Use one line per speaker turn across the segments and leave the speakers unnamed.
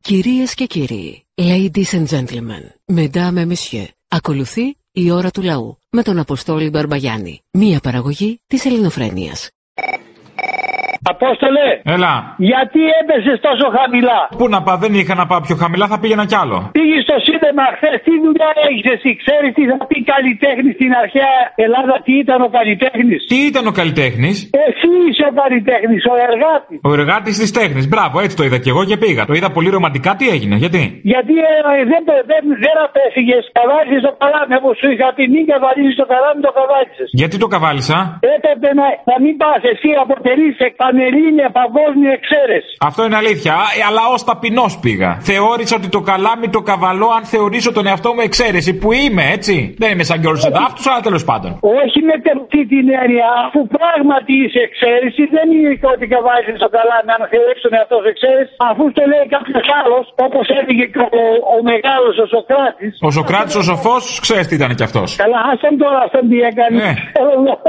Κυρίες και κύριοι, ladies and gentlemen, mesdames et messieurs, ακολουθεί η ώρα του λαού με τον Αποστόλη Μπαρμπαγιάννη, μία παραγωγή της ελληνοφρένειας.
Απόστολε,
Έλα.
γιατί έπεσες τόσο χαμηλά.
Πού να πάω, δεν είχα να πάω πιο χαμηλά, θα πήγαινα κι άλλο.
Πήγες στο σύνδεμα χθες, τι δουλειά έχεις εσύ. Ξέρεις τι θα πει καλλιτέχνη στην αρχαία Ελλάδα, τι ήταν ο καλλιτέχνης.
Τι ήταν ο καλλιτέχνης,
Εσύ είσαι ο καλλιτέχνης, ο εργάτης.
ο εργάτης της τέχνης. Μπράβο, έτσι το είδα κι εγώ και πήγα. Το είδα πολύ ρομαντικά, τι έγινε, γιατί.
Γιατί ε, ε, δεν, δεν, δεν απέφυγες, καβάλισες το καλάμι. Όπως σου είχα πει, μην καβαλίζεις το καλάμι, το καβάλισες.
Γιατί το καβάλισα.
Έπρεπε να, να μην πας, εσύ αποτελείς πανελλήνια παγκόσμια εξαίρεση.
Αυτό είναι αλήθεια, α, ε, αλλά ως ταπεινός πήγα. Θεώρησα ότι το καλάμι το καβαλώ αν θεωρήσω τον εαυτό μου εξαίρεση που είμαι, έτσι. Δεν είμαι σαν και όλου του δάφτου, αλλά τέλος πάντων.
Όχι με τε- αυτή την έννοια, αφού πράγματι είσαι εξαίρεση, δεν είναι και ότι καβάζεις στο καλάμι, αν θεωρείς τον εαυτό σου εξαίρεση, αφού το λέει κάποιος άλλος, όπως έλεγε και ο, ο μεγάλος ο Σοκράτης.
Ο Σοκράτης ο σοφός, ξέρεις τι ήταν κι αυτός.
Καλά, άσαν τώρα αυτόν τι έκανε.
Ε.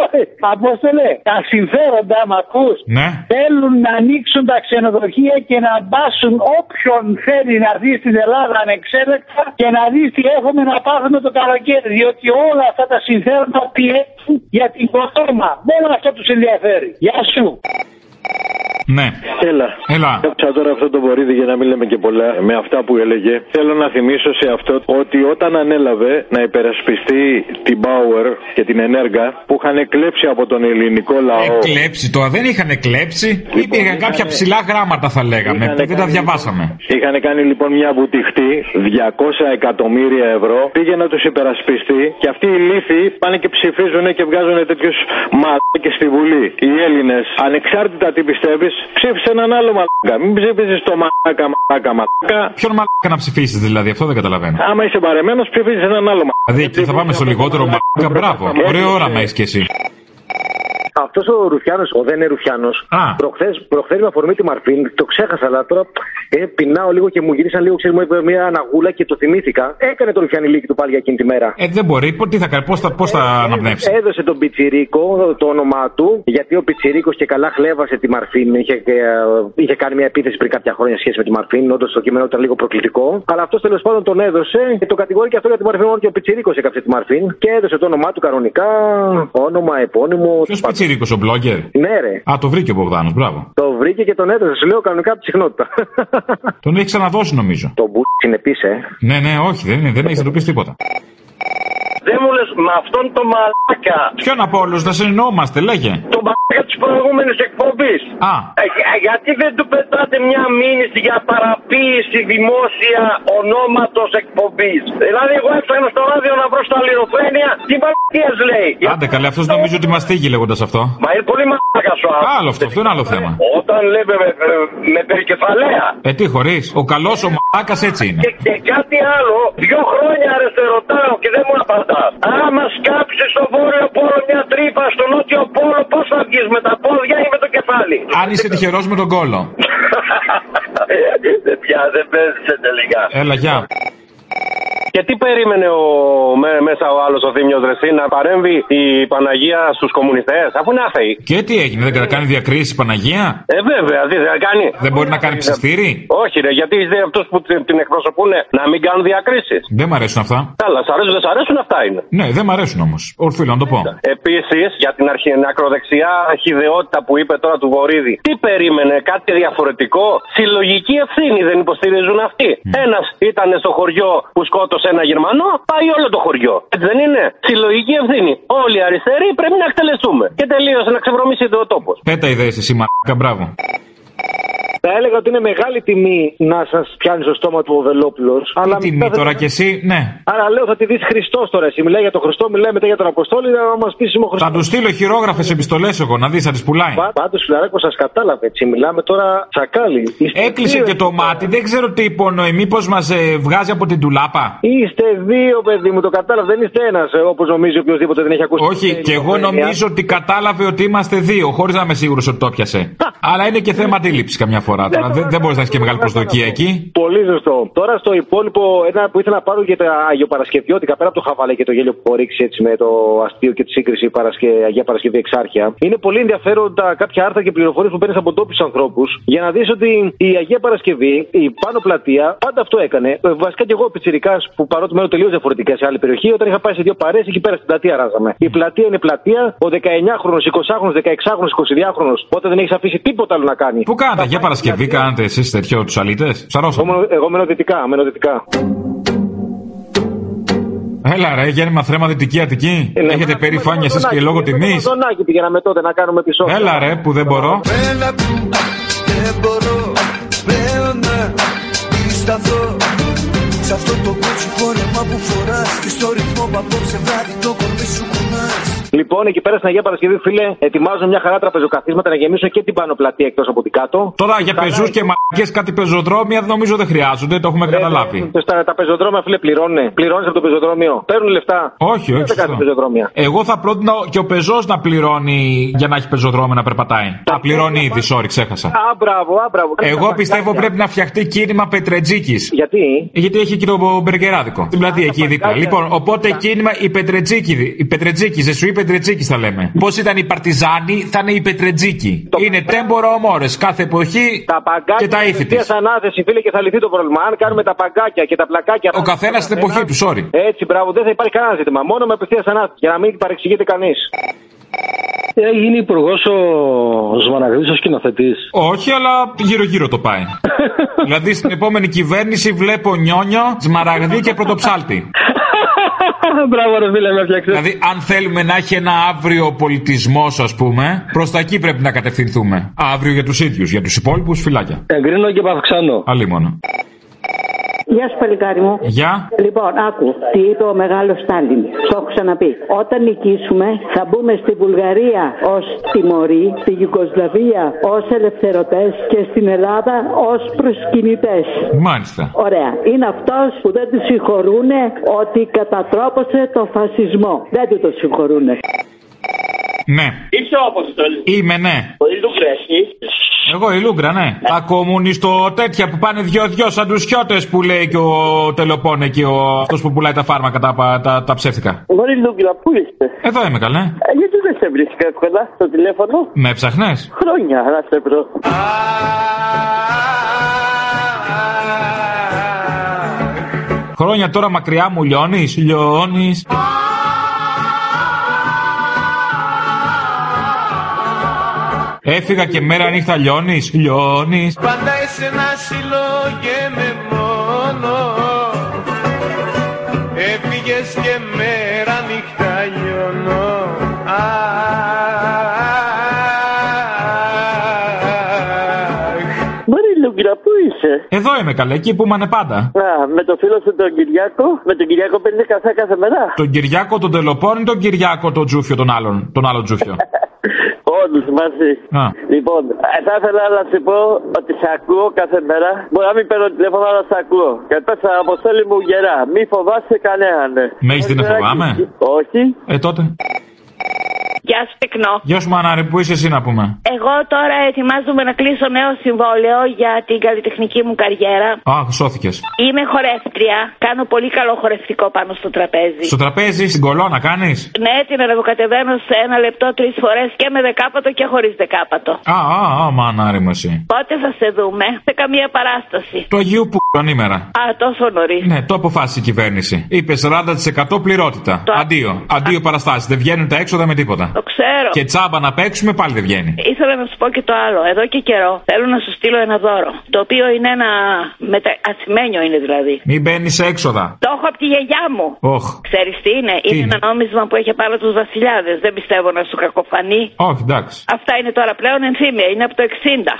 Απόστολε, τα συμφέροντα, μ' ακούς,
Ναι.
θέλουν να ανοίξουν τα ξενοδοχεία και να μπάσουν όποιον θέλει να δει στην Ελλάδα ανεξέλεκτα και να δει τι έχουμε να πάθουμε το καλοκαίρι. Διότι όλα αυτά τα συμφέροντα πιέζουν για την κοτόμα. Μόνο αυτό τους ενδιαφέρει. Γεια σου.
Ναι.
Έλα.
Έλα.
Άκουσα τώρα αυτό το βορίδι για να μην λέμε και πολλά με αυτά που έλεγε. Θέλω να θυμίσω σε αυτό ότι όταν ανέλαβε να υπερασπιστεί την Bauer και την Ενέργα που είχαν κλέψει από τον ελληνικό λαό.
Εκλέψει τώρα, δεν είχαν εκλέψει.
Λοιπόν,
Υπήρχαν
είχαν-
κάποια ψηλά γράμματα, θα λέγαμε,
Είχαν
που δεν τα
κάνει-
διαβάσαμε.
Είχαν κάνει λοιπόν μια βουτυχτή 200 εκατομμύρια ευρώ. Πήγε να τους υπερασπιστεί και αυτοί οι λύθοι πάνε και ψηφίζουν και βγάζουν τέτοιους μαλάκες στη Βουλή. Οι Έλληνες, ανεξάρτητα τι πιστεύεις, ψήφισε έναν άλλο μαλάκα. Μην ψήφιζε το μαλάκα, μαλάκα, μαλάκα.
Ποιον μαλάκα να ψηφίσεις, δηλαδή, αυτό δεν καταλαβαίνω.
Άμα είσαι παρεμένος, ψηφίζεις έναν άλλο μαλάκα.
Δηλαδή, εκεί θα πάμε στο λιγότερο μαλάκα, μπράβο. Ωραίο όραμα έχεις κι εσύ.
Αυτός ο Ρουφιάνος, ο δεν είναι Ρουφιάνος,
Α.
προχθές προχθές με αφορμή τη Μαρφίν, το ξέχασα, αλλά τώρα ε, πεινάω λίγο και μου γύρισαν λίγο, ξέρεις, μου έπαιρνε μια αναγούλα και το θυμήθηκα. Έκανε το Ρουφιάνη Λίκη του πάλι για εκείνη τη μέρα.
Ε, δεν μπορεί, Πο- τι θα κάνει, πώς θα, πώς θα αναπνεύσει.
Έδωσε τον Πιτσιρίκο το όνομά του, γιατί ο Πιτσιρίκος και καλά χλέβασε τη Μαρφίν. Είχε, ε, είχε κάνει μια επίθεση πριν κάποια χρόνια σχέση με τη Μαρφίν, όντως το κείμενο ήταν λίγο προκλητικό. Αλλά αυτός τέλος πάντων τον έδωσε και το κατηγόρηκε αυτό για τη Μαρφίν, μόνο και ο Πιτσιρίκος έκαψε τη Μαρφίν και έδωσε το όνομά του κανονικά, όνομα, επώνυμο.
Ποιος πιτσίρικο ο blogger.
Ναι, ρε.
Α, το βρήκε ο Μπογδάνος, μπράβο.
Το βρήκε και τον έδωσε. Σου λέω κανονικά από τη συχνότητα.
Τον έχει ξαναδώσει, νομίζω.
το μπου είναι πίσω, ε.
Ναι, ναι, όχι, δεν, είναι, δεν έχει εντοπίσει τίποτα.
Δεν μου λες με αυτόν τον μαλάκα.
Ποιον από όλους, να συνεννοούμαστε, λέγε.
Τον μαλάκα της προηγούμενης εκπομπής.
Α,
Ε, γιατί δεν του πετάτε μια μήνυση για παραποίηση δημόσια ονόματος εκπομπής. Δηλαδή, εγώ έψαχνα στο ράδιο να βρω στα λιροφρένια τι μαλακίε λέει.
άντε καλέ, αυτός νομίζω ότι μας θίγει λέγοντας αυτό.
Μα είναι πολύ μαλάκα σου α.
Άλλο αυτό, αυτό είναι άλλο θέμα.
Όταν λέμε με, ε, με περικεφαλαία.
Ε, τι χωρίς. Ο καλός ο μαλάκας έτσι είναι.
Και, και κάτι άλλο, δύο χρόνια ρε σε ρωτάω και δεν μου απαντάς. Άμα σκάψεις στο βόρειο πόλο μια τρύπα, στο νότιο πόλο, πώς θα βγεις με τα πόδια ή με το κεφάλι.
Αν είσαι τυχερός με τον κόλο.
δεν πια, δεν παίζεσαι τελικά.
Έλα, γεια.
Και τι περίμενε ο, με- μέσα ο άλλος ο Δήμιο Δρεσί να παρέμβει η Παναγία στους κομμουνιστές, αφού είναι άθεοι.
Και τι έγινε, δεν κάνει διακρίσεις η Παναγία.
Ε, βέβαια, τι θα κάνει.
Δεν μπορεί να κάνει ψιστήρι.
Όχι, ρε, γιατί είστε αυτούς που την την εκπροσωπούν να μην κάνουν διακρίσεις.
Δεν μ' αρέσουν αυτά.
Καλά, σ' αρέσουν, δεν σ' αρέσουν, αυτά είναι.
Ναι, δεν μ' αρέσουν όμως. Ορφίλω να το πω.
Επίσης, για την αρχι... ακροδεξιά αρχιδεότητα που είπε τώρα του Βορύδη, τι περίμενε, κάτι διαφορετικό. Συλλογική ευθύνη δεν υποστηρίζουν αυτοί. Ένας Ένας ήταν στο χωριό που σκότωσε ένα Γερμανό, πάει όλο το χωριό. Έτσι δεν είναι. Συλλογική ευθύνη. Όλοι οι αριστεροί πρέπει να εκτελεστούμε. Και τελείωσε να ξεβρωμίσετε ο τόπο.
Πέτα ιδέε εσύ, μαλάκα, μπράβο.
Θα έλεγα ότι είναι μεγάλη τιμή να σας πιάνει στο στόμα του ο Βελόπουλος.
Τι τιμή τώρα κι εσύ, ναι.
Άρα λέω θα τη δεις Χριστός τώρα. Εσύ μιλάει για τον Χριστό, μιλάει μετά για τον Αποστόλη, να μας πεις είμαι ο Χριστός.
Θα του στείλω χειρόγραφες επιστολές εγώ να δεις, θα τις πουλάει.
Πάντως, φιλαράκο, σας κατάλαβε έτσι. Μιλάμε τώρα τσακάλι. Είστε
Έκλεισε
δύο,
και το μάτι, δεν ξέρω τι υπονοεί. Μήπως μας βγάζει από την τουλάπα.
Είστε δύο, παιδί μου, το κατάλαβε. Δεν είστε ένας όπως νομίζει οποιοδήποτε δεν έχει ακούσει.
Όχι, και εγώ νομίζω ότι κατάλαβε ότι είμαστε δύο, χωρί να είμαι σίγουρο ότι το πιασε. Αλλά είναι και θέμα αντίληψη καμιά αφορά τώρα. Δεν, δεν μπορείς να έχεις και μεγάλη προσδοκία εκεί.
Πολύ ζεστό. Τώρα στο υπόλοιπο, ένα που ήθελα να πάρω για τα Αγιοπαρασκευιώτικα, πέρα από το χαβαλέ και το γέλιο που έχω ρίξει έτσι, με το αστείο και τη σύγκριση Παρασκε... Αγία Παρασκευή Εξάρχεια. Είναι πολύ ενδιαφέροντα κάποια άρθρα και πληροφορίες που παίρνεις από τόπιου ανθρώπους για να δεις ότι η Αγία Παρασκευή, η πάνω πλατεία, πάντα αυτό έκανε. Ε, Βασικά και εγώ, πιτσυρικά που παρότι μένω τελείως διαφορετικά σε άλλη περιοχή, όταν είχα πάει σε δύο παρέ, εκεί πέρα στην πλατεία ράζαμε. Η πλατεία είναι πλατεία, ο 19χρονο, 20χρονο, 16χρονο, 22χρονο, όταν δεν έχεις αφήσει τίποτα άλλο να κάνει.
Πού κάνατε, Αγία Παρασκευή, κάνατε εσείς τέτοιο τους αλήτες.
Εγώ,
Ψαρώσατε.
μένω- εγώ μένω δυτικά, μένω δυτικά.
Έλα ρε, Γιάννη Μαθρέμα Δυτική Αττική.
Ε, ναι.
Έχετε περηφάνεια σα και
Δονάκη,
λόγω
με το
τιμή.
Δονάκη πηγαίναμε τότε να κάνουμε πισό.
Έλα ρε, που
ναι,
δεν μπορώ.
Έλα, δεν μπορώ πλέον να πισταθώ Σ' αυτό το κότσι φόρεμα που φοράς Και στο ρυθμό που απόψε βράδυ το κορμί σου κουνάς
Λοιπόν, εκεί πέρα στην Αγία Παρασκευή, φίλε, ετοιμάζουν μια χαρά τραπεζοκαθίσματα να γεμίσουν και την πάνω πλατεία εκτός από την κάτω.
Τώρα για πεζού και μαρκέ κάτι πεζοδρόμια νομίζω δεν χρειάζονται, το έχουμε
ναι. Ε,
καταλάβει.
ε, Στα, τα πεζοδρόμια, φίλε, πληρώνουν. Πληρώνεις από το πεζοδρόμιο. Παίρνουν λεφτά.
Όχι, όχι.
Δεν κάνει
σωστό.
πεζοδρόμια.
Εγώ θα πρότεινα και ο πεζός να πληρώνει για να έχει πεζοδρόμιο να περπατάει. Α, πληρώνει ήδη, sorry, ξέχασα.
Α, μπράβο, α, μπράβο.
Εγώ πιστεύω πρέπει να φτιαχτεί κίνημα Πετρετζίκης.
Γιατί?
Γιατί έχει και το Μπεργκεράδικο. Στην πλατεία εκεί δίπλα. Λοιπόν, οπότε κίνημα οι Πετρετζίκοι. Οι Πετρετζίκοι, ζεσουοί Πετρετζίκοι θα λέμε. Πώς ήταν οι Παρτιζάνοι, θα είναι οι Πετρετζίκοι.
Το-
Είναι τέμπορο ομόρες. Κάθε εποχή
Τα
και
παγκάκια
τα ήθη τη.
απευθείας ανάθεση, φίλε, και θα λυθεί το πρόβλημα. Αν κάνουμε τα παγκάκια και τα πλακάκια.
Ο καθένα στην εποχή του, sorry.
Έτσι, μπράβο, δεν θα υπάρχει κανένα ζήτημα. Μόνο με απευθείας ανάθεση. Για να μην παρεξηγείται κανείς.
Έχει γίνει υπουργό Ε, ο Ζουμαναγρή ο σκηνοθετής.
Όχι, αλλά γύρω-γύρω το πάει. δηλαδή στην επόμενη κυβέρνηση βλέπω νιόνιο, σμαραγδί και πρωτοψάλτη.
Μπράβο, ρε φίλε, με έφτιαξες.
δηλαδή, αν θέλουμε να έχει ένα αύριο πολιτισμός, ας πούμε, προς τα εκεί πρέπει να κατευθυνθούμε. Αύριο για τους ίδιους, για τους υπόλοιπους φυλάκια.
Εγκρίνω και παυξάνω.
Αλίμονο.
Γεια σου, παλικάρι μου.
Γεια.
Λοιπόν, άκου, τι είπε ο μεγάλος Στάλιν. Το έχω ξαναπεί. Όταν νικήσουμε, θα μπούμε στη Βουλγαρία ως τιμωροί, στη Ιουγκοσλαβία ως ελευθερωτές και στην Ελλάδα ως προσκυνητές.
Μάλιστα.
Ωραία. Είναι αυτός που δεν του συγχωρούν ότι κατατρόπωσε το φασισμό. Δεν του το συγχωρούν.
Ναι.
Είσαι ο Αποστόλης.
Είμαι, ναι.
Πολύ λούγκρα, εσύ.
Εγώ η Λούγκρα, ναι. Τα κομμουνιστο τέτοια που πάνε δυο-δυο σαν τους χιώτες που λέει και ο Τελοπόνε και ο αυτός που πουλάει τα φάρμακα, τα, πα- τα, τα ψεύτικα.
Πολύ λούγκρα, πού είστε.
Εδώ είμαι καλέ.
Ε, Γιατί δεν σε βρίσκα εύκολα στο τηλέφωνο.
Με ψαχνές.
Χρόνια να σε βρω.
Χρόνια τώρα μακριά μου λιώνεις, λιώνεις. Έφυγα και μέρα νύχτα λιώνεις, λιώνεις.
Πάντα είσαι ένα συλλογέμαι μόνο Έφυγες και μέρα νύχτα λιώνω Αχ.
Πολύ λούγκρα, πού είσαι.
Εδώ είμαι καλέ, εκεί που είμαι πάντα.
Να, με το φίλο σου τον Κυριάκο. Με τον Κυριάκο παίρνει καφέ κάθε μέρα.
Τον Κυριάκο τον Τελοπόν ή τον Κυριάκο τον Τζούφιο τον άλλον, τον άλλο Τζούφιο.
Όλου μαζί.
Α.
Λοιπόν, ε, θα ήθελα να σου πω ότι σε ακούω κάθε μέρα. Μπορεί να μην παίρνω τηλέφωνο, αλλά σε ακούω. Και πε αποστόλη μου γερά. Μη φοβάσαι κανέναν. Ε,
Με έχεις δει να φοβάμαι?
Όχι.
Ε, τότε.
Γεια σου, τεκνό.
Γεια σου μανάρη, που είσαι εσύ να πούμε.
Εγώ τώρα ετοιμάζομαι να κλείσω νέο συμβόλαιο για την καλλιτεχνική μου καριέρα.
Α, σώθηκες.
Είμαι χορεύτρια. Κάνω πολύ καλό χορευτικό πάνω στο τραπέζι.
Στο τραπέζι, στην κολόνα κάνεις.
Ναι, την ανεβοκατεβαίνω σε ένα λεπτό τρεις φορές και με δεκάπατο και χωρίς δεκάπατο.
Α, α, α, μανάρη μου εσύ.
Πότε θα σε δούμε, σε καμία παράσταση.
Το Αγίου που ημέρα.
Α, τόσο νωρίς.
Ναι, το αποφάσισε η κυβέρνηση. Είπες 40% πληρότητα.
Το-
Αντίο. Αντίο παραστάσεις. Δεν βγαίνουν τα έξοδα με τίποτα.
Το ξέρω.
Και τσάμπα να παίξουμε πάλι δεν βγαίνει.
Ήθελα να σου πω και το άλλο. Εδώ και καιρό θέλω να σου στείλω ένα δώρο. Το οποίο είναι ένα. Μετα... Ασημένιο είναι δηλαδή.
Μην μπαίνεις σε έξοδα.
Το έχω από τη γιαγιά μου.
Όχ.
Ξέρεις τι είναι,
Τι
είναι,
είναι?
ένα νόμισμα που έχει πάνω τους βασιλιάδες. Δεν πιστεύω να σου κακοφανεί.
Όχι, εντάξει.
Αυτά είναι τώρα πλέον ενθύμια, είναι από το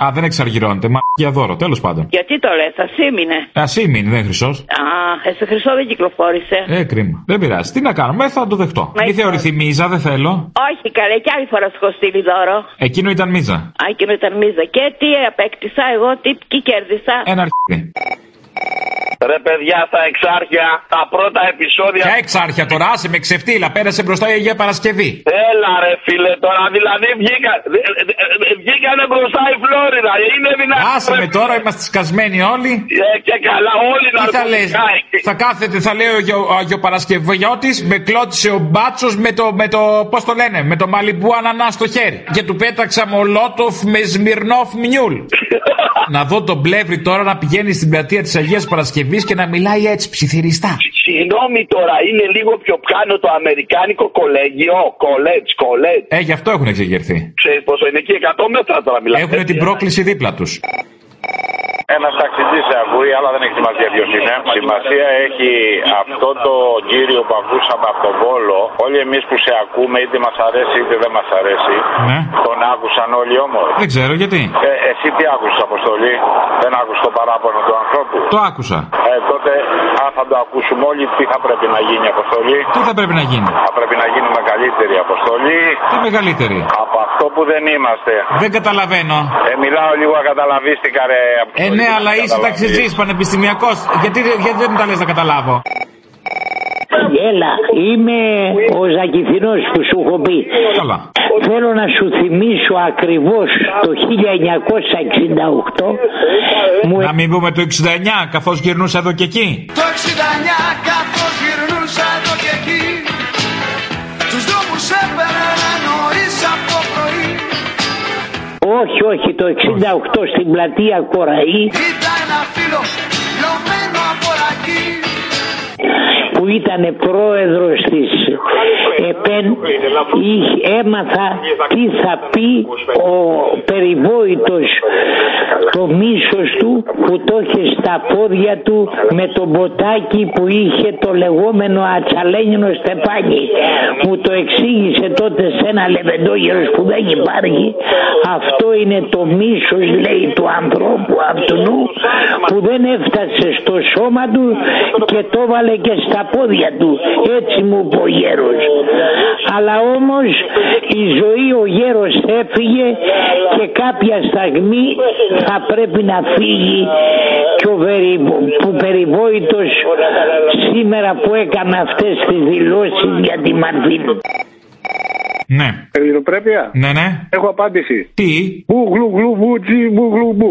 60.
Α, δεν εξαργυρώνεται. Μα για δώρο, τέλος πάντων.
Γιατί το λες, ασήμινε.
Α ήμουν, δεν χρυσός.
Α, ε, σε χρυσό δεν κυκλοφόρησε.
Ε, κρίμα. Δεν πειράζει. Τι να κάνουμε, θα το δεχτώ.
Μα
Μη
είσαι-
θεωρηθεί μίζα, δεν θέλω.
Όχι καλέ, και άλλη φορά σου έχω στείλει δώρο.
Εκείνο ήταν μίζα.
Α, εκείνο ήταν μίζα. Και τι απέκτησα εγώ, τι, τι κέρδισα.
Ένα αρχίδι.
Ρε
Ρε παιδιά, στα εξάρχεια, τα πρώτα επεισόδια.
Ποια εξάρχεια τώρα, άσε με ξεφτύλα, πέρασε μπροστά η Αγία Παρασκευή.
Έλα ρε φίλε τώρα, δηλαδή βγήκα, δε- δε- δε- βγήκανε μπροστά η Φλόριδα, είναι δυνατόν.
Άσε
ρε,
με τώρα, είμαστε σκασμένοι όλοι.
Ε, και καλά, όλοι
Τι θα λες,
ναρκωτικά εκεί.
θα κάθεται, θα λέει ο Αγιο- ο Αγιοπαρασκευιώτης, με κλώτησε ο Μπάτσος με το, με το, πώς το λένε, με το μαλιμπού ανανά στο χέρι. Και του πέταξα μολότοφ με σμυρνόφ μιούλ. να δω τον πλεύρη τώρα να πηγαίνει στην πλατεία της Αγίας Παρασκευής και να μιλάει έτσι ψιθυριστά.
Συγγνώμη τώρα, είναι λίγο πιο πάνω το Αμερικάνικο κολέγιο, college, college.
Ε, γι' αυτό έχουν εξεγερθεί.
Ξέρεις πόσο είναι εκεί, 100 μέτρα τώρα μιλάμε.
Έχουν την πρόκληση δίπλα τους.
Ένας ταξιτζή σε ακούει, αλλά δεν έχει σημασία ποιος είναι. Σημασία έχει αυτό το κύριο που ακούσαμε από τον Βόλο. Όλοι εμείς που σε ακούμε, είτε μας αρέσει είτε δεν μας αρέσει.
Ναι.
Τον άκουσαν όλοι όμως.
Δεν ξέρω γιατί.
Ε, εσύ τι άκουσες αποστολή, δεν άκουσες το παράπονο του ανθρώπου.
Το άκουσα.
Ε, τότε αν θα το ακούσουμε όλοι, τι θα πρέπει να γίνει η αποστολή.
Τι θα πρέπει να γίνει.
Θα πρέπει να γίνουμε καλύτερη αποστολή
Τι μεγαλύτερη.
από αυτό που δεν είμαστε.
Δεν καταλαβαίνω.
Ε, μιλάω λίγο ακαταλαβίστηκα ρε.
Ε, ναι, αλλά είσαι
ε.
ταξιτζής, πανεπιστημιακός. Γιατί, γιατί δεν μου τα λες να καταλάβω.
Έλα, είμαι ο Ζακυθινός που σου έχω πει.
Καλά.
Θέλω να σου θυμίσω ακριβώς το
Ε,
1968 μου
Να μην πούμε το 69, καθώς γυρνούσα εδώ και εκεί.
Το 69 καθώς γυρνούσα εδώ και εκεί Τους δρόμους έπαιρνα νωρίς από πρωί
όχι, όχι, το 68 στην πλατεία Κοραή
Είδα ένα φίλο λωμένο από ρακί
που ήταν πρόεδρος της ΕΠΕΝ είχε- έμαθα τι θα πει ο περιβόητος το μίσος του που το είχε στα πόδια του με το ποτάκι που είχε το λεγόμενο ατσαλένινο στεφάνι μου το εξήγησε τότε σε ένα λεβεντόγερος που δεν υπάρχει αυτό είναι το μίσος λέει του ανθρώπου αυτού που δεν έφτασε στο σώμα του και το βάλε και στα πόδια του έτσι μου είπε ο γέρος αλλά όμως η ζωή ο γέρος έφυγε και κάποια στιγμή θα πρέπει να φύγει και ο περι, που περιβόητος σήμερα που έκανε αυτές τις δηλώσεις για τη Μαρβίνη.
Ναι.
Ελληνοπρέπεια.
Ναι, ναι.
Έχω απάντηση.
Τι.
Μπου γλου γλου μπου τζι μπου γλου μπου.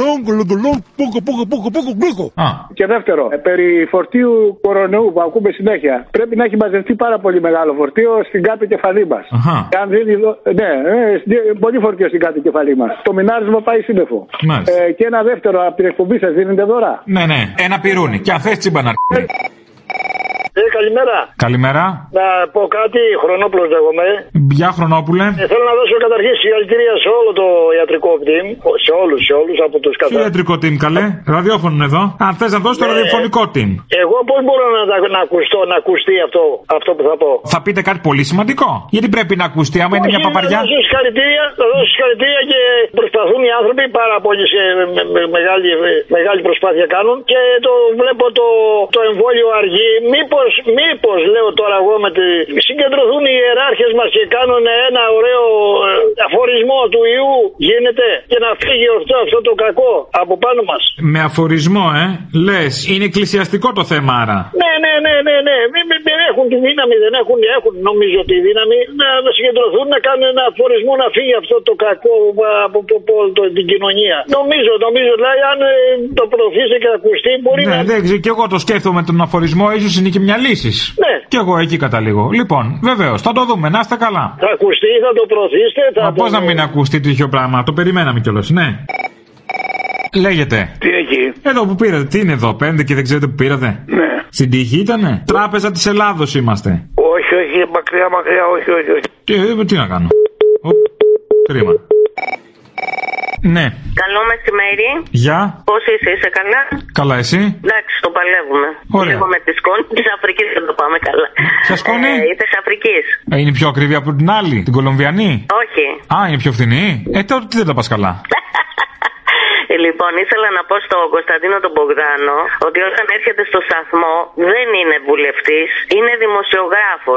Λόγκ λόγκ λόγκ πούκο πούκο πούκο πούκο πούκο. Και δεύτερο, ε, περί φορτίου κορονοϊού που ακούμε συνέχεια. Πρέπει να έχει μαζευτεί πάρα πολύ μεγάλο φορτίο στην κάτω κεφαλή μας.
Αχα.
Αν δίνει. δο- Ναι, ε, στην- πολύ φορτίο στην κάτω κεφαλή μας. Το μινάρισμα πάει σύννεφο.
Μάλιστα.
Ε, και ένα δεύτερο, από την εκπομπή σας δίνετε δώρα.
Ναι, ναι. Ένα πυρούνι. Και αν θες τσιμπανά.
Ε, καλημέρα.
Καλημέρα.
Να πω κάτι, χρονόπλο λέγομαι.
Γεια Χρονόπουλε.
Ε, θέλω να δώσω καταρχήν συγχαρητήρια σε όλο το ιατρικό team, σε όλους, σε όλους από τους
Ποιο
κατά.
ιατρικό team, καλέ. Ραδιόφωνο είναι εδώ. Αν θες να δώσεις το
Ναι.
ραδιοφωνικό team.
Εγώ πώς μπορώ να, τα- να, ακουστώ, να ακουστεί αυτό, αυτό που θα πω.
Θα πείτε κάτι πολύ σημαντικό. Γιατί πρέπει να ακουστεί, άμα είναι μια
Όχι,
παπαριά.
Θα δώσω συγχαρητήρια, θα δώσω συγχαρητήρια και προσπαθούν οι άνθρωποι πάρα πολύ σε με, με- μεγάλη, μεγάλη προσπάθεια κάνουν και το βλέπω το, το εμβόλιο αργή. Μήπως, μήπως λέω τώρα εγώ με τη... Συγκεντρωθούν οι ιεράρχες μας και κάνουν ένα ωραίο ε, αφορισμό του ιού γίνεται και να φύγει αυτό, αυτό το κακό από πάνω μας.
Με αφορισμό, ε. Λες, είναι εκκλησιαστικό το θέμα άρα.
Ναι, ναι, ναι, ναι, ναι. Μην, μην, μην έχουν τη δύναμη, δεν έχουν, ναι, έχουν νομίζω τη δύναμη να, να συγκεντρωθούν, να κάνουν ένα αφορισμό να φύγει αυτό το κακό α, από το, από το, την κοινωνία. Νομίζω, νομίζω, δηλαδή αν ε, το προωθήσει και ακουστεί μπορεί
Ναι,
να...
δεν ξέρω, και εγώ το σκέφτομαι τον αφορισμό, ίσως είναι και μια λύση.
Ναι.
Και εγώ εκεί καταλήγω. Λοιπόν, βεβαίως, θα το δούμε, να είστε καλά.
Θα ακουστεί, θα το προωθήσετε, θα
Μα
το...
πώς να μην ακουστεί τέτοιο πράγμα, το περιμέναμε κιόλας, ναι. Λέγεται.
Τι έχει.
Εδώ που πήρατε, τι είναι εδώ, πέντε και δεν ξέρετε που πήρατε.
Ναι.
Στην τύχη ήτανε. Τράπεζα της Ελλάδος είμαστε.
Όχι, όχι, μακριά, μακριά, όχι, όχι. όχι.
Τι, ε, τι να κάνω. Ο, κρίμα. Ναι,
Καλό μεσημέρι.
γεια.
Πώς είσαι, είσαι καλά.
Καλά, εσύ.
Εντάξει, το παλεύουμε.
Ωραία.
Λίγο με τη σκόνη της Αφρικής δεν το πάμε καλά.
Ποια σκόνη?
Ε, της Αφρικής.
Ε, Είναι πιο ακριβή από την άλλη, την Κολομβιανή.
Όχι.
Α, είναι πιο φθηνή. Ε, τότε τι δεν τα πας καλά.
Λοιπόν, ήθελα να πω στον Κωνσταντίνο τον Μπογδάνο ότι όταν έρχεται στο σταθμό δεν είναι βουλευτής, είναι δημοσιογράφος.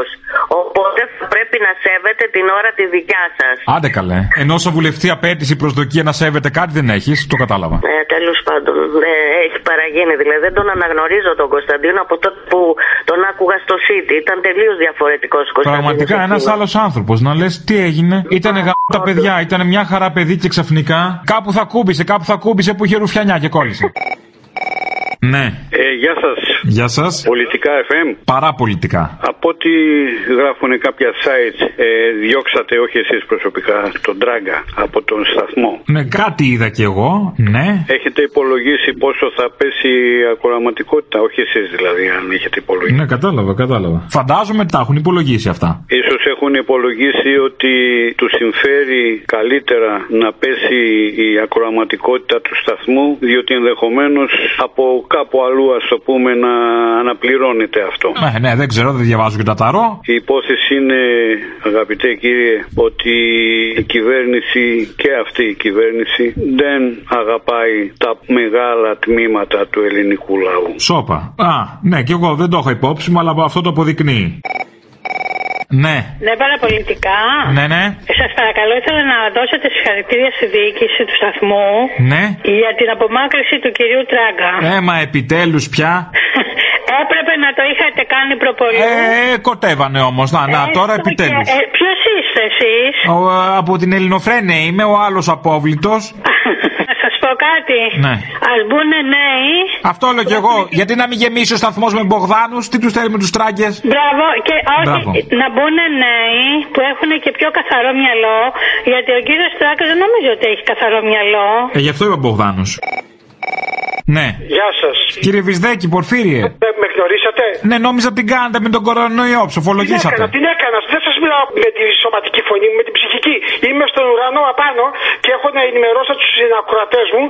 Οπότε θα πρέπει να σέβεται την ώρα τη δικιά σας.
Άντε καλέ. Ενώ σε βουλευτή απέτηση προσδοκία να σέβεται κάτι δεν έχεις, το κατάλαβα.
Ε, Τέλος πάντων, ε, έχει παραγίνει. Δηλαδή, δεν τον αναγνωρίζω τον Κωνσταντίνο από τότε που τον άκουγα στο City. Ήταν τελείως διαφορετικός Κωνσταντίνο.
Πραγματικά ένα άλλος άνθρωπος να λες τι έγινε. Ήτανε γα... τα παιδιά, ήταν μια χαρά παιδί και ξαφνικά κάπου θα κούμπησε, κάπου θα κούμπησε που είχε ρουφιανιά και κόλλησε. ναι,
Ε, γεια σας.
γεια σας.
Πολιτικά FM.
Παράπολιτικά.
Από ό,τι γράφουν κάποια sites, ε, διώξατε όχι εσείς προσωπικά τον Τράγκα από τον σταθμό.
Ναι, κάτι είδα κι εγώ. Ναι.
Έχετε υπολογίσει πόσο θα πέσει η ακροαματικότητα, όχι εσείς δηλαδή, αν έχετε υπολογίσει.
Ναι, κατάλαβα, κατάλαβα. Φαντάζομαι τα έχουν υπολογίσει αυτά.
Ίσως έχουν υπολογίσει ότι τους συμφέρει καλύτερα να πέσει η ακροαματικότητα του σταθμού, διότι ενδεχομένως από κάπου αλλού ας το πούμε να αναπληρώνεται αυτό.
Ναι, ναι, δεν ξέρω, δεν διαβάζω και τα ταρό.
Η υπόθεση είναι, αγαπητέ κύριε, ότι η κυβέρνηση και αυτή η κυβέρνηση δεν αγαπάει τα μεγάλα τμήματα του ελληνικού λαού.
Σόπα. Α, ναι, κι εγώ δεν το έχω υπόψη μου, αλλά αυτό το αποδεικνύει. Ναι,
Ναι, παραπολιτικά.
ναι, ναι,
Σας παρακαλώ, ήθελα να δώσετε συγχαρητήρια στη διοίκηση του σταθμού
ναι.
για την απομάκρυση του κυρίου Τράγκα.
Έμα επιτέλους πια.
Έπρεπε να το είχατε κάνει προπολή.
Ε, κοτέβανε όμως. Να, να, τώρα επιτέλους.
Ε, Ποιος είστε εσείς,
Ο, ε, από την Ελληνοφρένε είμαι, ο άλλος απόβλητος.
να σας πω κάτι.
Ναι.
Ας μπουν νέοι.
Αυτό λέω κι εγώ. Γιατί να μην γεμίσει ο σταθμός με Μπογδάνους, τι τους θέλει με τους τράγκες.
Μπράβο, και όχι,
Μπράβο.
να μπουν νέοι που έχουν και πιο καθαρό μυαλό. Γιατί ο κύριος Τράγκα δεν νομίζω ότι έχει καθαρό μυαλό.
Ε, γι' αυτό είπα Μπογδάνους. Ναι.
Γεια σας.
Κύριε Βυσδέκη, Πορφύριε.
Ε, με γνωρίσατε.
Ναι, νόμιζα την κάνατε με τον κορονοϊό,
Τι έκανα,
ψοφολογήσατε.
την έκανα. Δεν σας μιλάω με τη σωματική φωνή μου, με την ψυχική. Είμαι στον ουρανό απάνω και έχω να ενημερώσω τους συνακροατές μου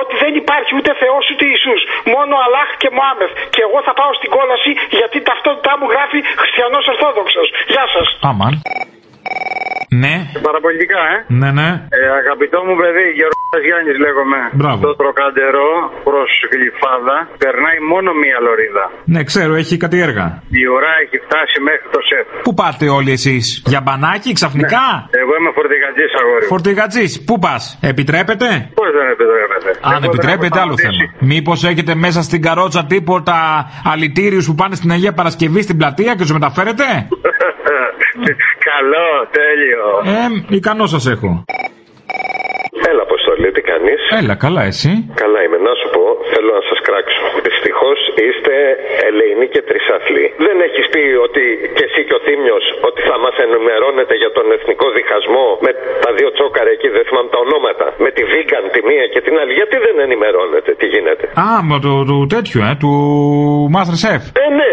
ότι δεν υπάρχει ούτε Θεός ούτε Ιησούς. Μόνο Αλάχ και Μωάμεθ. Και εγώ θα πάω στην κόλαση γιατί ταυτότητά μου γράφει Χριστιανός Ορθόδοξος. Γεια σας.
Αμάν. Ναι,
Παραπολιτικά, ε.
ναι, ναι.
ε. αγαπητό μου παιδί, Γεωργό Γιάννης λέγομαι.
Μπράβο.
Το τροκαντερό προς Γλυφάδα περνάει μόνο μία λωρίδα.
Ναι, ξέρω, έχει κάτι έργα.
Η ώρα έχει φτάσει μέχρι το σεφ.
Πού πάτε όλοι εσείς, για μπανάκι ξαφνικά.
Ναι.
Εγώ είμαι φορτηγατζής αγόρι. μου.
Φορτηγατζής, πού πας, επιτρέπετε.
Πώς δεν επιτρέπεται.
Αν επιτρέπετε, άλλο θέμα. Μήπως έχετε μέσα στην καρότσα τίποτα αλητήριους που πάνε στην Αγία Παρασκευή στην πλατεία και τους μεταφέρετε.
Ε, Καλό, τέλειο.
Ε, ικανό σας έχω.
Έλα, Αποστολή, τι κάνεις.
Έλα, καλά εσύ.
Καλά είμαι, να σου πω, θέλω να σας κράξω. Δυστυχώς είστε ελεηνοί και τρισαθλοί. Δεν έχεις πει ότι και εσύ και ο Θήμιος ότι θα μας ενημερώνετε για τον εθνικό διχασμό με τα δύο τσόκαρα εκεί, δεν θυμάμαι τα ονόματα. Με τη Βίγκαν τη μία και την άλλη. Γιατί δεν ενημερώνετε, τι γίνεται.
Α, μα το, το τέτοιο, ε, του Master Chef.
Ε, ναι,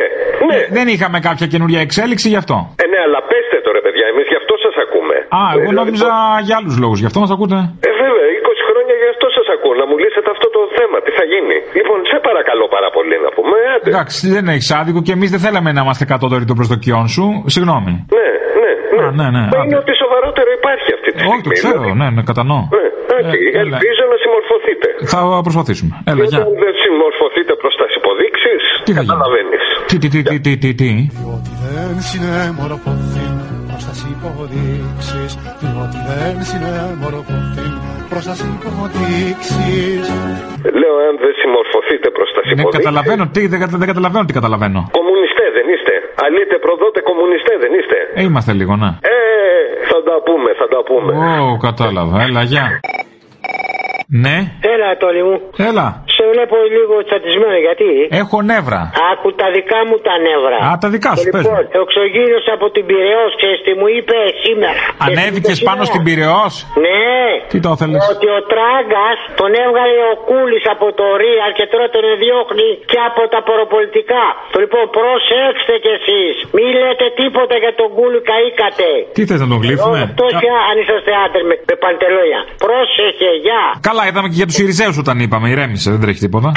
ναι.
Δεν είχαμε κάποια καινούρια εξέλιξη γι' αυτό.
Ε, ναι, αλλά πέστε το ρε παιδιά, εμεί γι' αυτό σα ακούμε.
Α, εγώ
Δηλαδή,
νόμιζα για άλλους λόγους, γι' αυτό μας ακούτε.
Ε, βέβαια, 20 χρόνια γι' αυτό σας ακούω. Να μου λύσετε αυτό το θέμα, τι θα γίνει. Λοιπόν, σε παρακαλώ πάρα πολύ να πούμε. ε. Άντε.
Εντάξει, δεν έχεις άδικο και εμείς δεν θέλαμε να είμαστε κατώτεροι των προσδοκιών σου. Συγγνώμη.
Ναι, ναι, ναι.
Α, ναι, ναι,
Μα
άντε.
είναι ότι σοβαρότερο υπάρχει αυτή τη στιγμή.
Όχι, το ξέρω, ναι, ναι, κατανοώ.
Ναι, εντάξει,
Ε, έλα.
ελπίζω να συμμορφωθείτε.
Θα προσπαθήσουμε. Έλα,
Και
γεια.
Όταν δεν συμμορφωθείτε προς τα υποδείξεις,
Τι θα γίνει.
καταλαβαίνεις.
Τι, τι, τι, τι, τι, τι, τι.
Διότι δεν συνεμορφωθήν προς τα υποδείξεις Διότι δεν συνεμορφωθήν προς τα υποδείξεις
Λέω, αν δεν συμμορφωθείτε προ τα
Ναι,
υποδείξει.
καταλαβαίνω τι, δεν, κατα- δεν καταλαβαίνω τι καταλαβαίνω.
Κομμουνιστέ δεν είστε. Αλείτε προδότε κομμουνιστέ δεν είστε.
Ε, είμαστε λίγο, να.
Ε, θα τα πούμε, θα τα πούμε.
Ω, κατάλαβα. Έλα, γεια. Ναι,
Έλα, Τόλι μου.
έλα.
Σε βλέπω λίγο τσατισμένο, γιατί.
Έχω νεύρα.
Άκου τα δικά μου τα νεύρα.
Α, τα δικά σου, πες
Λοιπόν, ο Ξωγήινος από την Πυραιός, ξέρεις τι μου είπε σήμερα.
Ανέβηκες πάνω στην Πυραιός.
Ναι.
Τι το θέλεις.
Ότι ο Τράγκας τον έβγαλε ο Κούλης από το Real και τώρα τον διώχνει και από τα παροπολιτικά. Το λοιπόν, προσέξτε κι εσείς. Μη λέτε τίποτα για τον Κούλη, καήκατε.
Τι θες να τον γλύφουμε.
Αυτό και αν είσαστε άντρες με, με παντελόνια. Πρόσεχε, γεια.
Καλά, είδαμε και για τους Ιριζέους όταν είπαμε. Ηρέμησε, δεν τρέχει τίποτα.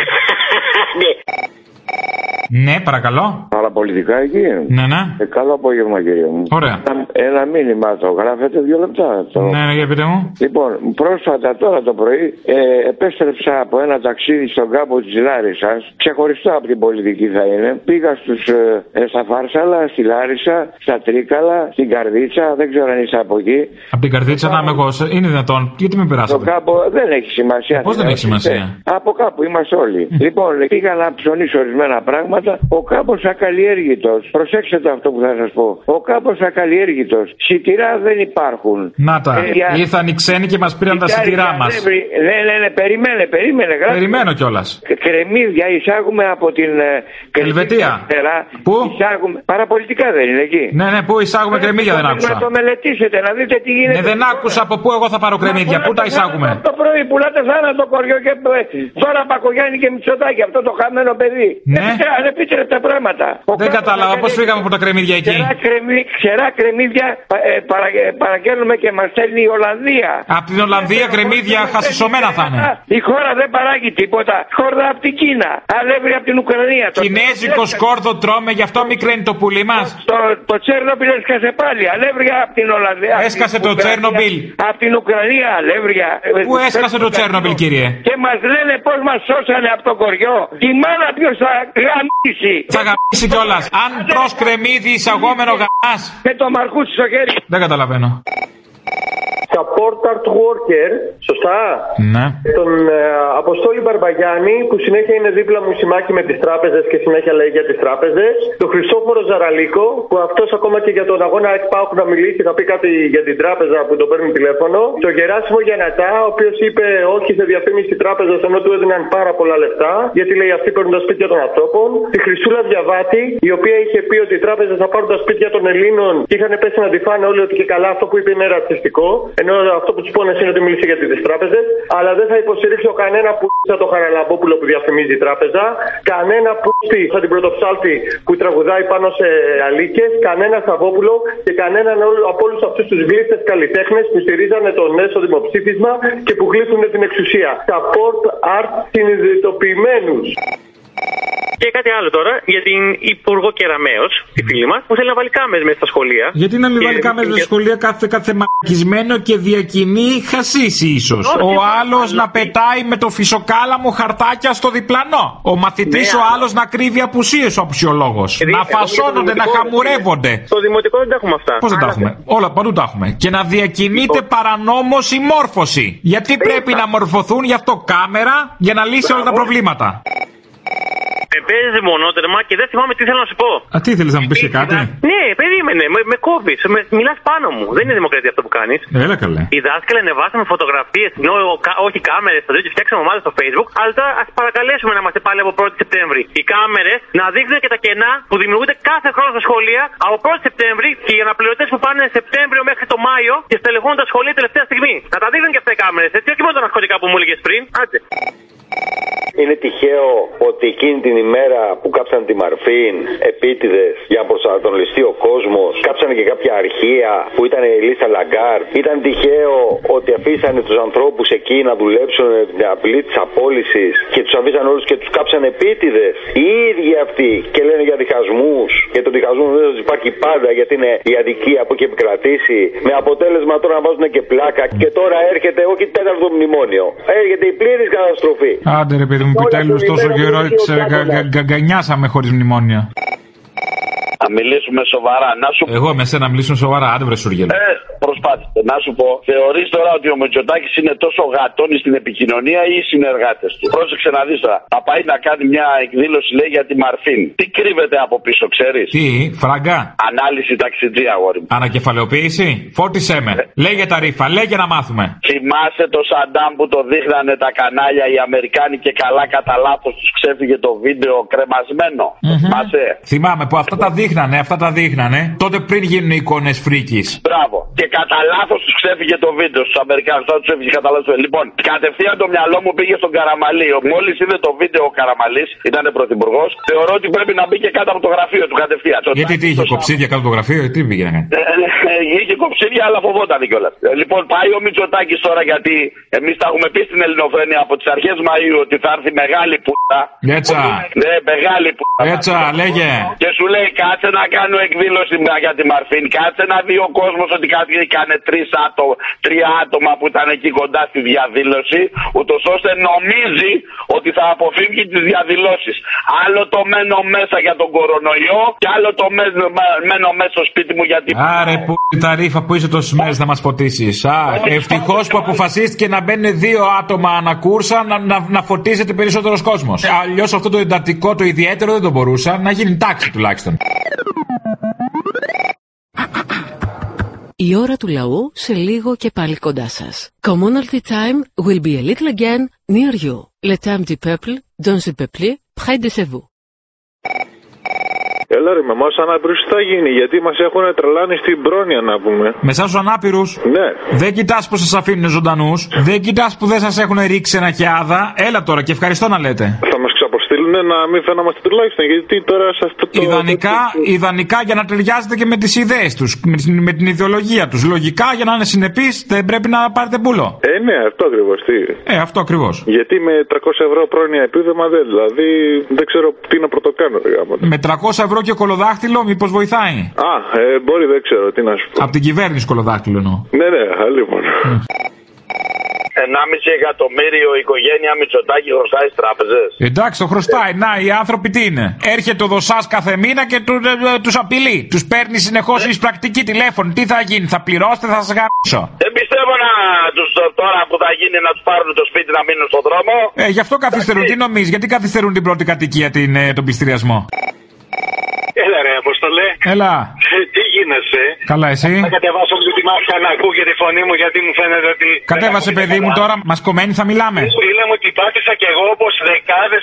Ναι, παρακαλώ.
Αλλά πολιτικά εκεί.
Ναι, ναι.
Ε, καλό απόγευμα, κύριε μου.
Ωραία.
Ένα, ένα μήνυμα το γράφετε δύο λεπτά. Το...
Ναι, ναι, για πείτε μου.
Λοιπόν, πρόσφατα τώρα το πρωί ε, επέστρεψα από ένα ταξίδι στον κάμπο της Λάρισας. Ξεχωριστά από την πολιτική θα είναι. Πήγα στους, ε, ε, στα Φάρσαλα, στη Λάρισα, στα Τρίκαλα, στην Καρδίτσα. Δεν ξέρω αν είσαι από εκεί.
Από την καρδίτσα να είμαι εγώ. Είναι δυνατόν. Γιατί με
Το
περάσατε.
κάμπο δεν έχει σημασία.
Πώς δεν έχει σημασία?
Ε, από κάπου είμαστε όλοι. λοιπόν, πήγα να ψωνίσω ορισμένα πράγματα. Ο κάμπος ακαλλιέργητος. Προσέξτε το αυτό που θα σας πω. Ο κάμπος ακαλλιέργητος. Σιτηρά δεν υπάρχουν.
Να τα.
Ε, για-
Ήρθαν οι ξένοι και μας πήραν τα
Σιτάρια
σιτηρά μα.
δεν βρει- Ναι, ναι, ναι, περίμενε, περίμενε. Γράψτε.
Περιμένω κιόλας.
Κρεμμύδια εισάγουμε από την ε,
Ελβετία.
Πού? Εισάγουμε... Παραπολιτικά δεν είναι εκεί.
Ναι, ναι, πού εισάγουμε κρεμμύδια δεν
Να το
άκουσα.
μελετήσετε, να δείτε τι γίνεται.
Ναι, δεν άκουσα από πού εγώ θα πάρω κρεμμύδια. Πού τα εισάγουμε.
Το πρωί πουλάτε θάνατο κοριό και ε, τώρα Πακογιάννη και Μητσοτάκη, αυτό το χαμένο παιδί.
Ναι.
Επίτρε- Ανεπίτρεπτα πράγματα. Ο
Δεν
κόσμος
κατάλαβα πώς
να
φύγαμε από τα κρεμμύδια εκεί.
Ξερά, κρεμμύ, ξερά κρεμμύδια πα- ε, παρα, ε, παραγγέλνουμε και μας στέλνει η Ολλανδία.
Από την Ολλανδία κρεμμύδια χασισωμένα θα είναι.
Η χώρα δεν παράγει τίποτα. Χόρδα από την Κίνα. Αλεύρι από την Ουκρανία. Το-
Κινέζικο σκόρδο τρώμε, γι' αυτό μικραίνει το πουλί μας.
Το, το Τσέρνομπιλ έσκασε πάλι. Αλεύρια από την Ολλανδία.
Έσκασε
από την
το
Ουκρανία,
Τσέρνομπιλ.
Από την Ουκρανία, αλεύρια.
Πού
Ε,
έσκασε το Τσέρνομπιλ, κύριε.
Και μας λένε πώς μας σώσανε από τον κοριό. Τη μάνα ποιος θα γαμίσει.
Θα γαμπήσει κιόλα. Αν τρως κρεμμύδι εισαγόμενο γαμπά.
Με το μαρκούτσι στο χέρι.
Δεν καταλαβαίνω.
Support Art Worker, σωστά.
Ναι.
Τον ε, Αποστόλη Μπαρμπαγιάννη, που συνέχεια είναι δίπλα μου συμμάχη με τις τράπεζες και συνέχεια λέει για τις τράπεζες. Τον Χριστόφορο Ζαραλίκο, που αυτός ακόμα και για τον αγώνα ΑΕΚ ΠΑΟΚ να μιλήσει, θα πει κάτι για την τράπεζα που τον παίρνει τηλέφωνο. Τον Γεράσιμο Γιανατά, ο οποίος είπε όχι σε διαφήμιση τράπεζας, ενώ του έδιναν πάρα πολλά λεφτά, γιατί λέει αυτοί παίρνουν τα σπίτια των ανθρώπων. Τη Χρυσούλα Διαβάτη, η οποία είχε πει ότι οι τράπεζες θα πάρουν τα σπίτια των Ελλήνων και είχαν πέσει να τη φάνε όλοι ότι και καλά αυτό που είπε είναι ρατσιστικό. Ενώ αυτό που τους πόνε είναι ότι μίλησε για τις τράπεζες. Αλλά δεν θα υποστηρίξω κανένα που σαν το Χαραλαμπόπουλο που διαφημίζει η τράπεζα. Κανένα που σαν την πρωτοψάλτη που τραγουδάει πάνω σε αλήκε. Κανένα Σαββόπουλο και κανέναν όλο- από όλους αυτούς τους γλύφτε καλλιτέχνες που στηρίζανε το ναι στο δημοψήφισμα και που γλύφουν την εξουσία. Τα port art συνειδητοποιημένους.
Και κάτι άλλο τώρα για την Υπουργό Κεραμέο, τη φίλη μας, που θέλει να βάλει κάμερες μέσα στα σχολεία.
Γιατί να μην βάλει
Και-
κάμερες
και-
στο σχολείο κάθε, κάθε μακισμένο και διακινεί χασίσει ίσως.
Όχι,
Ο
μα-
άλλο να πετάει με το φυσοκάλαμο χαρτάκια στο διπλανό. Ο μαθητής
Ναι,
ο
αλλά-
άλλος να κρύβει απουσίες ο απουσιολόγος. Να
εγώ για το
φασώνονται, να
δημοτικό,
χαμουρεύονται.
Στο δημοτικό δεν τα έχουμε αυτά. Λοιπόν.
Πώς δεν τα
Αλλά-
έχουμε. Όλα παντού τα έχουμε. Και να διακινείται παρανόμως η μόρφωση. Γιατί πρέπει να μορφωθούν γι' αυτό κάμερα για να λύσει όλα τα προβλήματα.
Με παίζει μονότερμα και δεν θυμάμαι τι θέλω να σου πω.
Α, τι θέλεις να μου πεις και κάτι.
Ναι, περίμενε, με, με κόβεις. Μιλάς πάνω μου. Δεν είναι δημοκρατία αυτό που κάνεις.
Έλα καλέ.
Οι δάσκαλοι ανεβάσαμε φωτογραφίες, όχι κάμερες, το και φτιάξαμε ομάδα στο Facebook. Αλλά τώρα ας παρακαλέσουμε να είμαστε πάλι από 1η Σεπτέμβρη. Οι κάμερες να δείχνουν και τα κενά που δημιουργούνται κάθε χρόνο στα σχολεία από 1η Σεπτέμβρη και οι αναπληρωτές που πάνε Σεπτέμβριο μέχρι το Μάιο και στελεχώνουν τα σχολεία τελευταία στιγμή. Να τα δείχνουν και αυτά οι κάμερες, έτσι, όχι μόνο τα ναρκωτικά που μου έλεγες πριν. Άντε.
Είναι τυχαίο ότι εκείνη την ημέρα που κάψαν τη μαρφήν επίτηδες για να προσανατολιστεί ο κόσμος, κάψανε και κάποια αρχεία που ήταν η λίστα Λαγκάρ. Ήταν τυχαίο ότι αφήσανε τους ανθρώπους εκεί να δουλέψουν την απειλή της απόλυσης και τους αφήσαν όλους και τους κάψαν επίτηδες. Οι ίδιοι αυτοί και λένε για διχασμούς. Για τον διχασμός δεν υπάρχει πάντα γιατί είναι η αδικία που έχει επικρατήσει. Με αποτέλεσμα τώρα να βάζουν και πλάκα. Και τώρα έρχεται όχι τέταρτο μνημόνιο. Έρχεται η πλήρης καταστροφή.
Άντε ρε παιδί μου,
Όλα
επιτέλου
του
τόσο
ημέρα
καιρό
μου
ξε-
είναι ο
γα-
Κάκολας.
γα- γα- γκανιάσαμε χωρίς μνημόνια.
Να μιλήσουμε σοβαρά. Να σου
Εγώ με σένα μιλήσουμε σοβαρά, άντε βρε Σούργελο.
Ε, προσπάθησε να σου πω. Θεωρείς τώρα ότι ο Μετζοτάκη είναι τόσο γατόνι στην επικοινωνία ή οι συνεργάτες του. Πρόσεξε να δεις τώρα. Θα πάει να κάνει μια εκδήλωση, λέει, για τη Μαρφίν. Τι κρύβεται από πίσω, ξέρεις.
Τι, φραγκά.
Ανάλυση ταξιτζή, αγόρι μου.
Ανακεφαλαιοποίηση, φώτισέ με. Λέγε τα ρήφα, λέγε να μάθουμε.
Θυμάσαι το Σαντάμ που το δείχνανε τα κανάλια οι Αμερικάνοι και καλά κατά λάθος τους ξέφυγε το βίντεο κρεμασμένο.
Μμμ.
Θυμάσαι.
Θυμάμαι που αυτά τα δείχνανε, αυτά τα δείχνανε τότε πριν γίνουν οι εικόνες φρίκης.
Μπράβο. Και κάτω Κατά λάθος τους ξέφυγε το βίντεο στους Αμερικάνους. Του ξέφυγε κατά λάθο. Λοιπόν, κατευθείαν το μυαλό μου πήγε στον Καραμαλή. Μόλις είδε το βίντεο ο Καραμαλής, ήταν πρωθυπουργός. Θεωρώ ότι πρέπει να μπει και κάτω από το γραφείο του κατευθείαν.
Γιατί τι είχε κοψίδια κάτω από το γραφείο, τι πήγε να κάνει.
Ε, ε, Είχε κοψίδια, αλλά φοβόταν κιόλας. Λοιπόν, πάει ο Μητσοτάκης τώρα γιατί εμείς τα έχουμε πει στην Ελληνοφρένεια από τις αρχές Μαου ότι θα έρθει μεγάλη πουτα.
Έτσα.
Ναι, μεγάλη πουτα.
Έτσα, λέγε.
Και σου λέει κάτσε να κάνω εκδήλωση για τη Μαρφίν. Κάτσε να δει ο κόσμος ότι κάτι έκανε τρεις άτομα, τρία άτομα που ήταν εκεί κοντά στη διαδήλωση. Ούτως ώστε νομίζει ότι θα αποφύγει τις διαδηλώσεις. Άλλο το μένω μέσα για τον κορονοϊό και άλλο το μένω, μένω μέσα στο σπίτι μου για την.
Άρε που τα ρήφα που είσαι τόσο μέρες να μας φωτίσεις. Ευτυχώ που αποφασίστηκε να μπαίνουν δύο άτομα ανακούρσα να, να, να φωτίζεται περισσότερος κόσμος. Αλλιώς αυτό το εντατικό, το ιδιαίτερο δεν το μπορούσα να γίνει τάξη τουλάχιστον.
Η ώρα του λαού σε λίγο και πάλι κοντά σας. Commonalty time will be a little again near you. Le temps du peuple, dans le peuple, près de chez vous.
Έλα ρε μαμά, σαν άπειρου τι θα γίνει, γιατί μας έχουν τρελάνει στην πρόνοια να πούμε.
Με εσάς τους ανάπηρους.
Ναι.
Δεν κοιτάς που σας αφήνουν ζωντανούς. Δεν κοιτάς που δεν σας έχουν ρίξει ένα χιάδα. Έλα τώρα και ευχαριστώ να λέτε.
Θα μας ξαποστείλουν να μην φαίνομαστε τουλάχιστον, γιατί τώρα σε αυτό το.
Ιδανικά, ιδανικά για να ταιριάζετε και με τις ιδέες τους, με, τις- με την ιδεολογία τους. Λογικά για να είναι συνεπείς, δεν πρέπει να πάρετε μπουλό.
Ε, ναι, αυτό ακριβώς.
Ε, αυτό ακριβώς.
Γιατί με 300 ευρώ πρόνοια επίδομα δεν, δηλαδή δεν ξέρω τι να πρωτοκάνω. ρε γάμο.
Με 300 ευρώ και κολοδάχτυλο, μήπως βοηθάει.
Α, ε, μπορεί, δεν ξέρω τι να σου πω.
Από την κυβέρνηση κολοδάχτυλο εννοώ.
Ναι, ναι, α, λοιπόν.
1,5 εκατομμύριο η οικογένεια Μητσοτάκη χρωστάει στις τράπεζες.
Εντάξει, το χρωστάει. Να, οι άνθρωποι τι είναι. Έρχεται ο δοσάς κάθε μήνα και του ε, ε, τους απειλεί. Τους παίρνει συνεχώς εις πρακτική τηλέφωνο. Τι θα γίνει, θα πληρώσετε, θα σας γαμίσω.
Δεν πιστεύω να τους τώρα που θα γίνει να τους πάρουν το σπίτι να μείνουν στον δρόμο.
Ε, γι' αυτό καθυστερούν. Τι νομίζεις, γιατί καθυστερούν την πρώτη κατοικία την, ε, τον πληστηριασμό.
Έλα ρε, Αποστολέ. Ε,
Έλα.
Τι γίνεσαι.
Καλά, εσύ.
Θα κατεβάσω λίγο τη μάχη να ακούγεται η φωνή μου γιατί μου φαίνεται ότι.
Κατέβασε, παιδί μου, τώρα μας κομμένοι θα μιλάμε.
Φίλε μου, την πάτησα κι εγώ όπως δεκάδες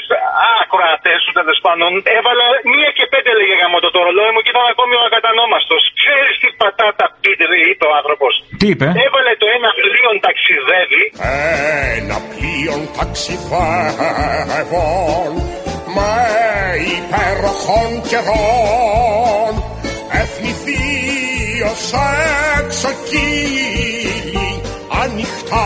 ακροατές σου τέλος πάντων. Έβαλα μία και πέντε λέγε γαμώτο το ρολόι μου και ήταν ακόμη ο ακατανόμαστος. Ξέρεις τι πατάτα πίτρι είπε ο άνθρωπος.
Τι είπε?
Έβαλε το ένα πλοίον ταξιδεύει.
Ένα πλοίον ταξιδεύων με υπέροχων καιρών ευνηθεί ως εξοκύλι ανοιχτά,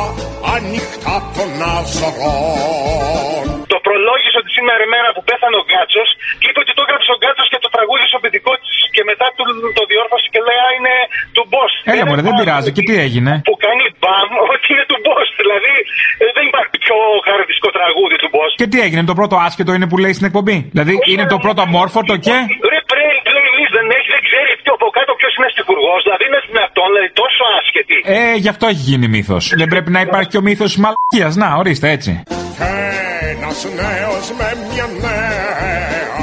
ανοιχτά των άζωρων.
Το προλόγησε ότι σήμερα η μέρα που πέθανε ο Γκάτσος και είπε ότι το έγραψε ο Γκάτσος και το τραγούδισε ο παιδικό της και μετά του, το διόρθωσε και λέει Α, είναι του Boss.
Έλα, μωρέ, δεν πειράζει. Και τι έγινε.
Που κάνει μπαμ ότι είναι του Boss. Δηλαδή ε, δεν υπάρχει πιο χαρακτηριστικό τραγούδι του Boss.
Και τι έγινε, το πρώτο άσχετο είναι που λέει στην εκπομπή. Δηλαδή είναι το πρώτο αμόρφωτο και.
Ρε πρέν, πλέον δεν έχει, δεν ξέρει πιο από κάτω ποιο είναι στιγουργό. Δηλαδή είναι δυνατόν, δηλαδή τόσο άσχετη.
Ε, γι' αυτό έχει γίνει μύθος. Δεν πρέπει να υπάρχει και ο μύθος τη μαλακίας. Να, ορίστε έτσι.
Ένας νέος με μια νέα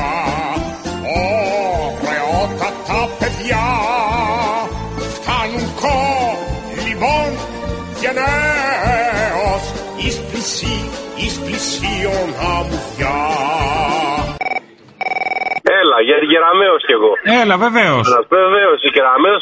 Ωραιότατα παιδιά Φτάνουν κολυμπών γενναίος Εις πλησί, εις πλησίον αμμουδιά
Έλα, γιατί γεραμαίο κι εγώ.
Έλα, βεβαίω.
Βεβαίω, η γεραμαίο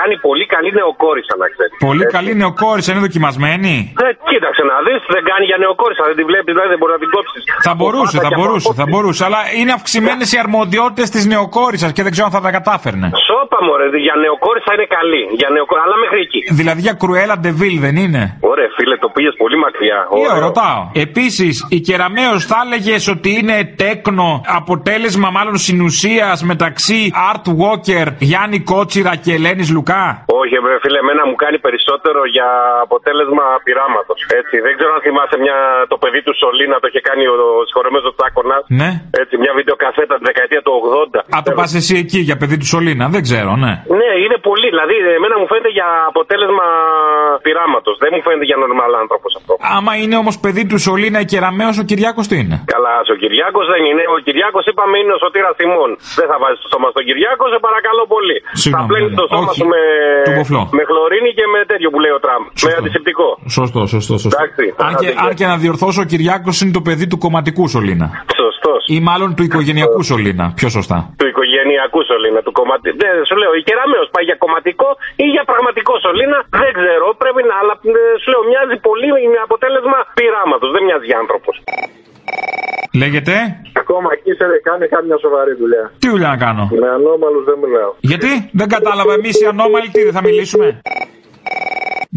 κάνει πολύ καλή νεοκόρισα, να ξέρεις.
Πολύ καλή νεοκόρισα, είναι δοκιμασμένη.
Ε, κοίταξε να δεις, δεν κάνει για νεοκόρισα, δεν τη βλέπεις, δηλαδή δεν μπορεί να την κόψεις.
Θα μπορούσε, θα μπορούσε, θα μπορούσε. Αλλά είναι αυξημένες οι αρμοδιότητες της νεοκόρισα και δεν ξέρω αν θα τα κατάφερνε.
Σώπα μου, ρε, για νεοκόρισα είναι καλή. Για νεοκο... Αλλά μέχρι εκεί.
Δηλαδή για κρουέλα ντεβίλ δεν είναι.
Ωραία, φίλε, το πήγε πολύ μακριά.
Ωραία, ρωτάω. Επίσης, η Κεραμαίο θα έλεγες ότι είναι τέκνο, αποτέλεσμα μάλλον συνουσίας μεταξύ Art Walker, Γιάννη Κότσιρα και Ελένης Λουκά.
Όχι, ε, βρε φίλε, εμένα μου κάνει περισσότερο για αποτέλεσμα πειράματος. Έτσι, δεν ξέρω αν θυμάσαι μια, το παιδί του Σολίνα το είχε κάνει ο, ο συγχωρεμένο Τσάκονα.
Ναι.
Έτσι, μια βιντεοκασέτα τη δεκαετία του 80.
Α, το πας εσύ εκεί για παιδί του Σολίνα, δεν ξέρω, ναι.
Ναι, είναι πολύ. Δηλαδή, εμένα μου φαίνεται για αποτέλεσμα πειράματος. Δεν μου φαίνεται για normal άνθρωπος αυτό.
Άμα είναι όμως παιδί του Σολίνα η Κεραμαίο, ο Κυριάκος τι είναι.
Καλά, ο Κυριάκος δεν είναι. Ο Κυριάκος είπαμε είναι ο σωτήρας τιμών. Δεν θα βάζει το σώμα στον Κυριάκο, σε παρακαλώ πολύ. θα
Συγγνώμη,
πλένει
ναι.
το σώμα
Όχι.
σου με...
Του μοφλό.
με χλωρίνη και με τέτοιο που λέει ο Τραμπ. Με
Σωστό.
αντισηπτικό.
Σωστό, σωστό, σωστό.
Εντάξει,
Αν και,
δίκιο.
αν και να διορθώσω, ο Κυριάκος είναι το παιδί του κομματικού Σολίνα.
Σωστό.
Ή μάλλον του οικογενειακού Σολίνα, πιο σωστά.
Του οικογένεια οικογενειακού σωλήνα του κομμάτι. Δεν σου λέω, η κεραμαίο πάει για κομματικό ή για πραγματικό σωλήνα. Δεν ξέρω, πρέπει να. Αλλά ε, σου λέω, μοιάζει πολύ με αποτέλεσμα πειράματος. Δεν μοιάζει άνθρωπος.
Λέγεται.
Ακόμα εκεί σε δεν κάνει καμιά σοβαρή δουλειά.
Τι δουλειά να κάνω.
Με ανώμαλους δεν μιλάω.
Γιατί δεν κατάλαβα εμείς οι ανώμαλοι τι δεν θα μιλήσουμε.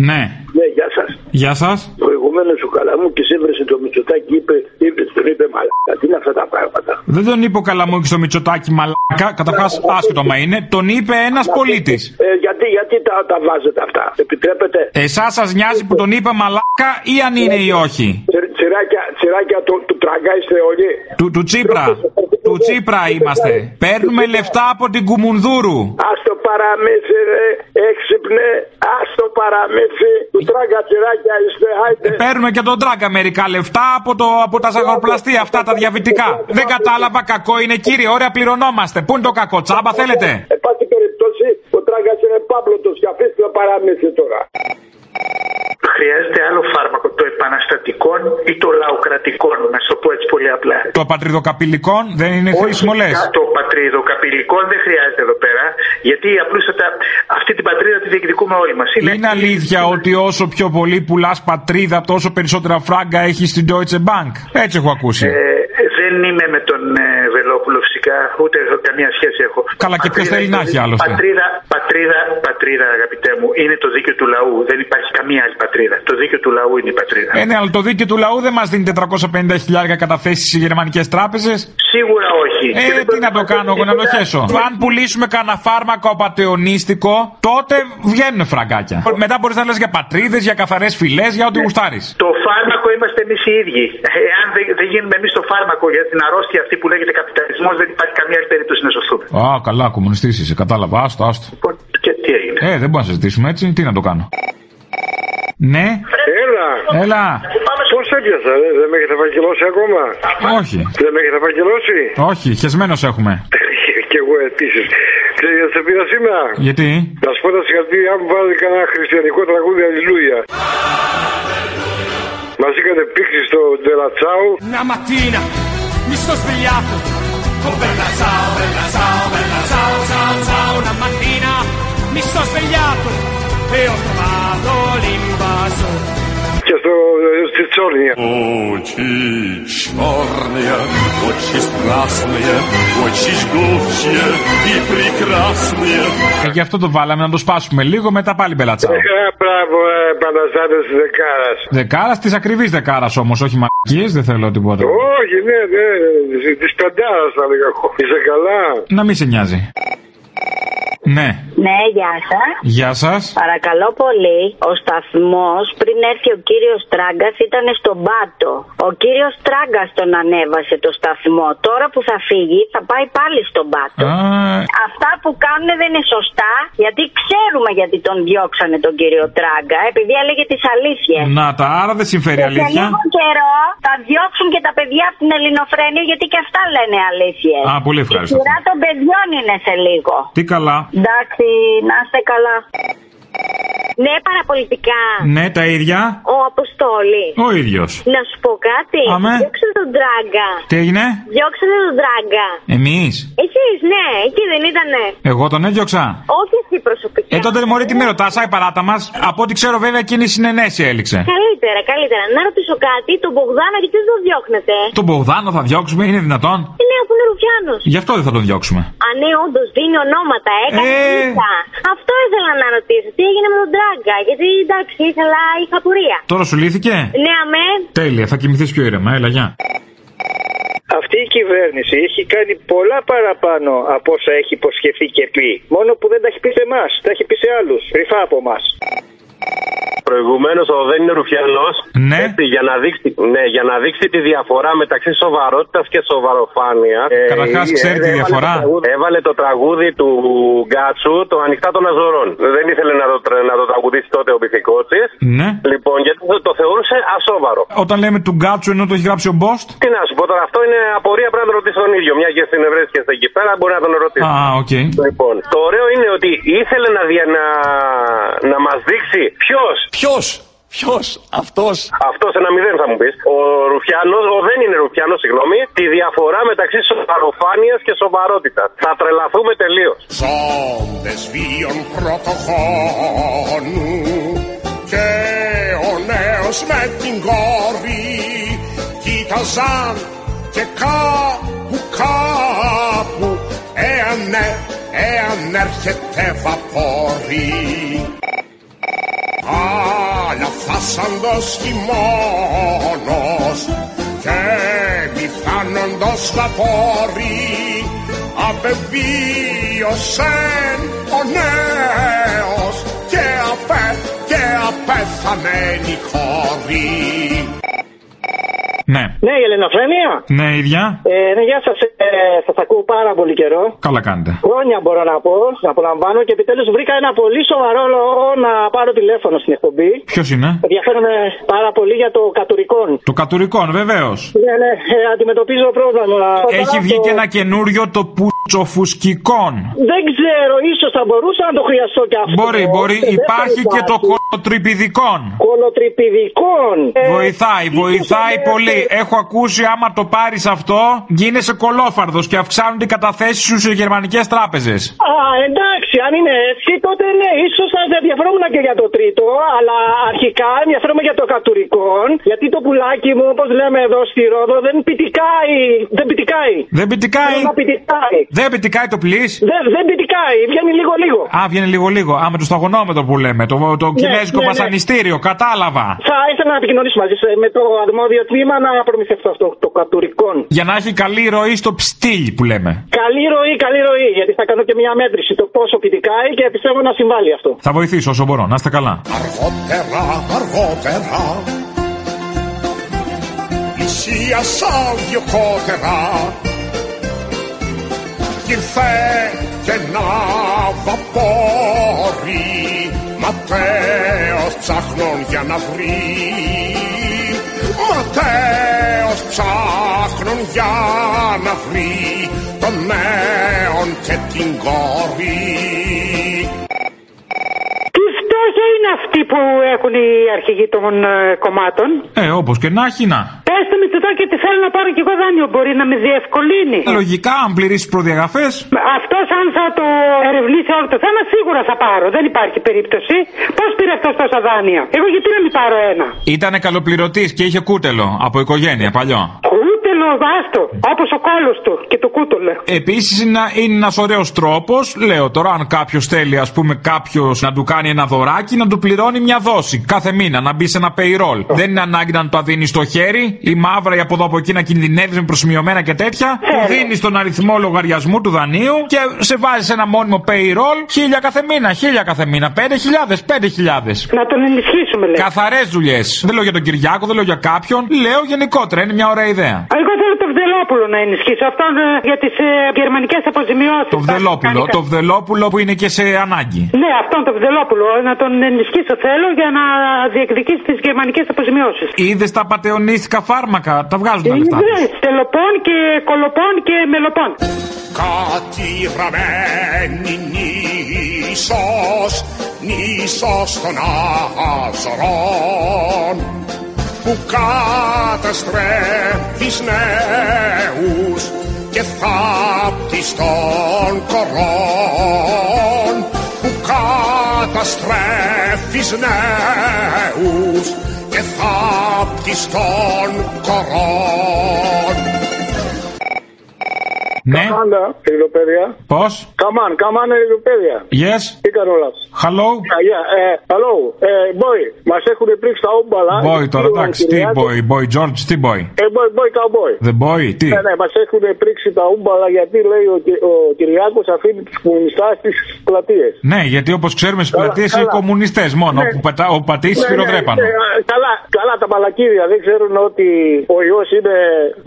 Ναι.
Ναι, γεια σας.
Γεια σας.
Προηγουμένω ο Καλαμούκη έβρεσε το Μητσοτάκι, είπε, είπε, τον είπε μαλάκα. Τι είναι αυτά τα πράγματα.
Δεν τον είπε ο Καλαμούκη στο Μητσοτάκι μαλάκα. Καταρχάς, άσχετο μα είναι. Τον είπε ένας πολίτη.
Ε, γιατί, γιατί τα, τα βάζετε αυτά, επιτρέπετε.
Εσάς σας νοιάζει που τον είπε μαλάκα ή αν είναι ή όχι.
Τσι- Τσιράκια, τσιράκια του, του τραγκάει όλοι.
Του, του Τσίπρα. Του Τσίπρα είμαστε. Παίρνουμε λεφτά από την Κουμουνδούρου.
Ας το παραμύθι ρε, έξυπνε, ας το παραμύθι, του τράγκα τσιράκια είστε, άιντε.
Παίρνουμε και τον τράγκα μερικά λεφτά από, το, από τα ζαχαροπλαστεία, αυτά τα διαβητικά. Δεν κατάλαβα, κακό είναι κύριε, ωραία πληρωνόμαστε. Πού είναι το κακό, τσάμπα θέλετε.
Εν πάση περιπτώσει, ο τράγκας είναι πάμπλωτος και αφήστε το παραμύθι τώρα.
Χρειάζεται άλλο φάρμακο των επαναστατικών ή των λαοκρατικών, να σου το πω έτσι πολύ απλά.
Το πατριδοκαπηλικόν δεν είναι χρήσιμο λες.
Το πατριδοκαπηλικό δεν χρειάζεται εδώ πέρα, γιατί απλούστατα αυτή την πατρίδα τη διεκδικούμε όλοι μας.
Είναι αλήθεια ότι όσο πιο πολύ πουλάς πατρίδα, τόσο περισσότερα φράγκα έχεις στην Deutsche Bank. Έτσι έχω ακούσει.
Ε, δεν είμαι με τον ε, Βελόπουλο φυσικά, ούτε έχω καμία σχέση έχω.
Καλά, και ποιος
Πατρίδα
θέλει
είναι
να
το
έχει ε?
δί-
άλλωστε.
Πατρίδα, πατρίδα, πατρίδα, αγαπητέ μου, είναι το δίκαιο του λαού. Δεν υπάρχει καμία άλλη πατρίδα. Το δίκαιο του λαού είναι η πατρίδα.
Ε, ναι, αλλά το δίκαιο του λαού δεν μας δίνει 450 χιλιάρια καταθέσεις στις γερμανικές τράπεζες.
Σίγουρα όχι. Και
Ε,
δεν
τι να το κάνω εγώ, να το χέσω. Αν πουλήσουμε κανένα φάρμακο απαταιωνίστικο, τότε βγαίνουν φραγκάκια. Μετά μπορείς να λες για πατρίδες, για καθαρές φυλές, για
Ναι.
ό,τι γουστάρεις.
Το φάρμακο είμαστε εμείς οι ίδιοι. Εάν δεν, δεν γίνουμε εμείς το φάρμακο για την αρρώστια αυτή που λέγεται καπιταλισμός, δεν υπάρχει καμία άλλη περίπτωση να σωθούμε.
Α, καλά, κομμουνιστής είσαι, κατάλαβα. Άστο, άστο.
Λοιπόν, Και τι έγινε.
Ε, δεν μπορούμε να συζητήσουμε έτσι, τι να το κάνω. Ναι,
Έλα.
έλα.
Πώς έπιασα, ε, δεν, δεν με έχετε φαγγελώσει ακόμα.
Όχι,
Δεν με έχετε φαγγελώσει.
όχι, χεσμένος έχουμε.
Και εγώ επίσης. Ξέρετε, γιατί σε πήρα σήμερα.
Γιατί?
Να σου πω τα συγχαρητήριά μου, βάλετε κανένα χριστιανικό τραγούδι, Αλληλούια. Μας είχατε πήξει στο Ντερατσάου.
Una mattina mi sono svegliato. Oh bella ciao, bella ciao, bella ciao, ciao, ciao. Una mattina mi sono svegliato e ho trovato l'invaso.
Και στο, στη Τσόρνια.
Очи черные, очи страстные, очи жгучие и прекрасные.
Ναι.
Ε, γι' αυτό το βάλαμε να το σπάσουμε λίγο, μετά πάλι μπελατσάω.
Ε, μπράβο, ε, Πανασάντε της Δεκάρας.
Δεκάρας της ακριβής δεκάρας όμως, όχι μαλακίες, δεν θέλω τίποτα.
Όχι, ναι, ναι, της πεντάρας θα λέγα εγώ. Είσαι καλά.
Να μην σε νοιάζει. Ναι,
Ναι, γεια σας.
γεια σας.
Παρακαλώ πολύ, ο σταθμός πριν έρθει ο κύριος Τράγκας ήταν στον πάτο. Ο κύριος Τράγκας τον ανέβασε το σταθμό. Τώρα που θα φύγει θα πάει πάλι στον πάτο. Αυτά που κάνουν δεν είναι σωστά, γιατί ξέρουμε γιατί τον διώξανε τον κύριο Τράγκα, επειδή έλεγε τις αλήθειες.
Να τα, άρα δεν συμφέρει η
Και σε
αλήθεια.
λίγο καιρό θα διώξουν και τα παιδιά από την ελληνοφρένεια γιατί και αυτά λένε αλήθειες.
Α, πολύ ευχάριστο.
Η σειρά των παιδιών είναι σε λίγο.
Τι καλά.
Εντάξει, να είστε καλά. Ναι, παραπολιτικά.
Ναι, τα ίδια.
Ο Αποστόλης.
Ο ίδιος.
Να σου πω κάτι.
Αμέ.
Διώξανε τον τράγκα.
Τι έγινε,
Διώξανε τον τράγκα.
εμείς.
Εσείς, ναι, εκεί δεν ήτανε.
Εγώ τον έδιωξα.
Όχι εσύ προσωπικά.
Ε, τότε μωρή τι με ρωτάς, η παράτα μας. Από ό,τι ξέρω, βέβαια, εκείνη η συνενέση έληξε.
Καλύτερα, καλύτερα. Να ρωτήσω κάτι, τον Μπογδάνο γιατί δεν τον διώχνετε.
Τον Μπογδάνο θα διώξουμε, είναι δυνατόν.
Είναι που είναι Ρουφιάνος.
Γι' αυτό δεν θα τον διώξουμε.
Α, ναι, όντως δίνει ονόματα, έκανε
Ε.
λίστα. Αυτό ήθελα να ρωτήσω. Τι έγινε με τον Τράγκα, γιατί εντάξει, ήθελα, είχα απορία.
Τώρα σου λύθηκε.
Ναι, αμέ.
Τέλεια, θα κοιμηθείς πιο ήρεμα, έλα, γεια.
Αυτή η κυβέρνηση έχει κάνει πολλά παραπάνω από όσα έχει υποσχεθεί και πει. Μόνο που δεν τα έχει πει σε εμάς, τα έχει πει σε άλλους. Κρυφά από εμά.
Προηγουμένως ο Δεν είναι Ρουφιανός.
Ναι.
για, να δείξει, ναι, για να δείξει τη διαφορά μεταξύ σοβαρότητας και σοβαροφάνειας. ε,
Καταρχάς,
ε,
ξέρει τη
έβαλε
διαφορά.
το τραγούδι- Έβαλε το τραγούδι του Γκάτσου, το Ανοιχτά των Αζωρών. Δεν ήθελε να το, τρα- να το τραγουδίσει τότε ο Μπιθικότη.
Ναι.
Λοιπόν, γιατί το, το θεωρούσε ασόβαρο.
Όταν λέμε του γκάτσου ενώ το έχει γράψει ο Μπόστ.
Τι να σου πω τώρα, αυτό είναι απορία πρέπει να το ρωτήσει τον ίδιο. Μια και συνευρέθηκε εκεί πέρα, μπορεί να τον ρωτήσει.
Α, οκ.
Λοιπόν, το ωραίο είναι ότι ήθελε να, δια, να, να μας δείξει ποιος. Ποιος. Ποιος, αυτός. Αυτός ένα μηδέν θα μου πεις. Ο Ρουφιάνος, ο δεν είναι Ρουφιάνος, συγγνώμη, τη διαφορά μεταξύ σοβαροφάνειας και σοβαρότητας. Θα τρελαθούμε τελείως.
Ζώντες βίων πρωτοχώνου και ο νέος με την κόρη κοίταζαν και κάπου κάπου εάν, ε- εάν έρχεται βαπόρι αλλά φάσαντος χειμώνος και μη φάνοντος βαπόρι απεβίωσεν ο νέος και, απέ, και απέθανεν η χώρη.
Ναι.
Ναι, η Ελληνοφρένεια.
Ναι, ίδια.
Ε, ναι, γεια σας. Ε, σας ακούω πάρα πολύ καιρό.
Καλά κάνετε.
Χρόνια μπορώ να πω, να απολαμβάνω και επιτέλους βρήκα ένα πολύ σοβαρό λόγο να πάρω τηλέφωνο στην εκπομπή.
Ποιος είναι?
Ενδιαφέρομαι πάρα πολύ για το κατουρικόν.
Το κατουρικόν, βεβαίως.
Ναι, ναι, ε, αντιμετωπίζω πρόβλημα.
Έχει
Τώρα
βγει
το-
και ένα καινούριο το πουτσοφουσκικόν.
Δεν ξέρω, ίσως θα μπορούσα να το χρειαστώ κι αυτό.
Μπορεί, μπορεί.
Ε, δεν
Υπάρχει
θα
και το
υπάρχει.
κολοτριπιδικόν.
Κολοτριπηδικών. Ε,
Βοηθάει, βοηθάει πολύ. Έχω ακούσει άμα το πάρεις αυτό, γίνεσαι κολόφαρδος και αυξάνονται οι καταθέσεις σου σε γερμανικές τράπεζες.
Α, εντάξει, αν είναι έτσι, τότε ναι, ίσως θα ενδιαφερόμουν και για το τρίτο, αλλά αρχικά ενδιαφέρομαι για το κατουρικόν, γιατί το πουλάκι μου, όπως λέμε εδώ στη Ρόδο, δεν πιτικάει. Δεν πιτικάει.
Δεν πιτικάει.
Θέλω να πιτικάει.
Δεν πετικάει το πλοίο.
Δεν, δεν πιτικάει, Ε, βγαίνει λίγο-λίγο.
Α, βγαίνει λίγο-λίγο. Α, με το σταγονόμετρο που λέμε. Το, το κινέζικο
ναι, ναι.
βασανιστήριο, κατάλαβα.
Θα ήθελα να επικοινωνήσω μαζί σας, ε, με το αρμόδιο τμήμα να προμηθευτώ αυτό το κατουρικόν.
Για να έχει καλή ροή στο ψτίλ που λέμε.
Καλή ροή, καλή ροή, γιατί θα κάνω και μια μέτρηση το πόσο πιτικάει και πιστεύω να συμβάλλει αυτό.
Θα βοηθήσω όσο μπορώ. Να είστε καλά.
αργότερα, αργότερα πλησίασα δυο κότερα κι ήρθε και ένα βαπόρι ματέως ψάχνων για να βρει ματέως ψάχνων για να βρει τον νέον και την κόρη
Τι φτώχεια είναι αυτή που έχουν οι αρχηγοί των ε, κομμάτων.
Ε, όπως και να έχει να.
Πες το Μητσοτάκη ότι θέλω να πάρω κι εγώ δάνειο. Μπορεί να με διευκολύνει.
Λογικά, αν πληρήσει προδιαγραφέ.
Αυτός αν θα το ερευνήσει όλο το θέμα, σίγουρα θα πάρω. Δεν υπάρχει περίπτωση. Πώς πήρε αυτός τόσα δάνεια. Εγώ γιατί να μην πάρω ένα.
Ήτανε καλοπληρωτής και είχε κούτελο από οικογένεια παλιό.
Κούτελο, βάστο. Όπως ο κόλος του και το κούτελο.
Επίσης είναι ένας ωραίος τρόπος, λέω τώρα, αν κάποιος θέλει, ας πούμε, κάποιος να του κάνει ένα δωράκι, να του πληρώνει μια δόση κάθε μήνα, να μπει σε ένα payroll.
Ε.
Δεν είναι ανάγκη να του τα δίνεις στο χέρι, η μαύρα ή από εδώ από εκεί να κινδυνεύεις με προσημειωμένα και τέτοια.
Ε, ναι.
Του δίνεις τον αριθμό λογαριασμού του δανείου και σε βάζεις σε ένα μόνιμο payroll χίλια κάθε μήνα, χίλια κάθε μήνα, πέντε χιλιάδες, πέντε χιλιάδες.
Να τον ενισχύσουμε, λέει.
Καθαρές δουλειές. Δεν λέω για τον Κυριάκο, δεν λέω για κάποιον. Λέω γενικότερα, είναι μια ωραία ιδέα.
Εγώ θέλω το Βδελόπουλο να ενισχύσω. Αυτόν ε, για τις ε, γερμανικές αποζημιώσεις.
Το Βδελόπουλο, το Βδελόπουλο που είναι και σε ανάγκη.
Ναι, αυτόν τον Βδελόπουλο. Να τον ενισχύσω θέλω για να διεκδικήσει τις γερμανικές αποζημιώσεις.
Είδες τα πατεωνίστικα φάρμακα, τα βγάζουν τα λεφτά.
Ναι, τελοπών και κολοπών και μελοπών.
Κάτι ραμμένη νήσος, νήσος των Αζωρών που καταστρέφεις νέους και θάπτεις των κορών που καταστρέφεις νέους και θάπτεις των κορών
Ναι.
Καμάν, ελληνοπαίδεια.
Πώς?
Καμάν, καμάν, ελληνοπαίδεια.
Yes,
Τι κάνω όλα.
hello.
Yeah, yeah, ε, hello. Ε, boy, μας έχουν πρίξει τα όμπαλα.
Boy τώρα,
Λίγο
εντάξει, τι
Κυριάκος.
boy, boy George, τι boy.
Ε, boy, boy, cowboy.
The boy, τι.
Ναι, ναι, μας έχουν πρίξει τα ούμπαλα γιατί λέει ο, Κυ- ο Κυριάκος αφήνει τους κομμουνιστάς στις πλατείες.
Ναι, γιατί όπως ξέρουμε στις πλατείε είναι
καλά. Ναι.
κομμουνιστές μόνο. Όπου πατά, όπου πατήσει πυροδρέπανο.
ε, καλά, καλά τα μαλακίδια. Δεν ξέρουν ότι ο ιός είναι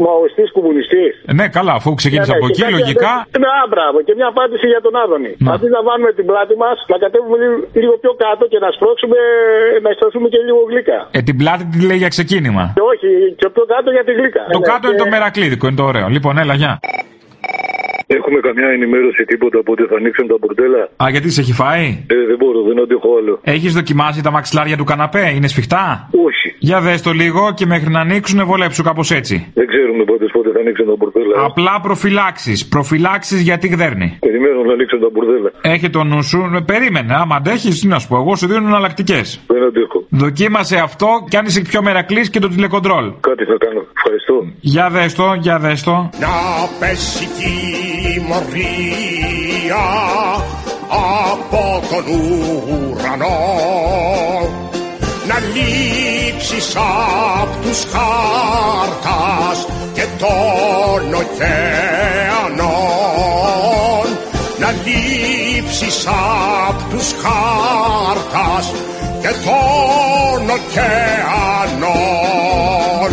μαοιστή κομμουνιστής.
Ναι, καλά, αφού ξεκίνησε από εκεί, λογικά. Ναι.
Ναι, α, μπράβο, και μια απάντηση για τον Άδωνη.
Να.
Αντί να βάλουμε την πλάτη μας, να κατέβουμε λίγο, λίγο πιο κάτω και να σπρώξουμε, να σταθούμε και λίγο γλύκα.
Ε, την πλάτη τη λέει για ξεκίνημα.
Και όχι, και πιο κάτω για τη γλύκα.
Το
Ναι,
κάτω
Ε,
και-
είναι το μερακλίδικο, είναι το ωραίο. Λοιπόν, έλα, γεια.
Έχουν
έχουμε καμιά ενημέρωση τίποτα πότε θα ανοίξουν τα μπουρτέλα.
Α, γιατί σε έχει φάει.
Ε, δεν μπορώ, δεν αντέχω άλλο.
Έχεις δοκιμάσει τα μαξιλάρια του καναπέ, είναι σφιχτά.
Όχι.
Για δες το λίγο και μέχρι να ανοίξουν βολέψου κάπως έτσι.
Δεν ξέρουμε πότε, πότε θα ανοίξουν τα μπουρτέλα.
Απλά προφυλάξεις. Προφυλάξεις γιατί γδέρνει.
Περιμένω να ανοίξουν τα μπουρδέλα.
Έχει το νου σου. Ε, Περίμενε. Άμα αντέχεις, τι να σου πω. Εγώ σου δίνω εναλλακτικές.
Δεν αντέχω.
Δοκίμασε αυτό και αν είσαι πιο μερακλής και το τηλεκοντρόλ.
Κάτι θα κάνω. Ευχαριστώ.
Για δες το, για δες το.
Να πέσει η μορία από τον ουρανό να λείψεις απ' τους χάρτας και των ωκεανών να λείψεις απ' τους χάρτας και των ωκεανών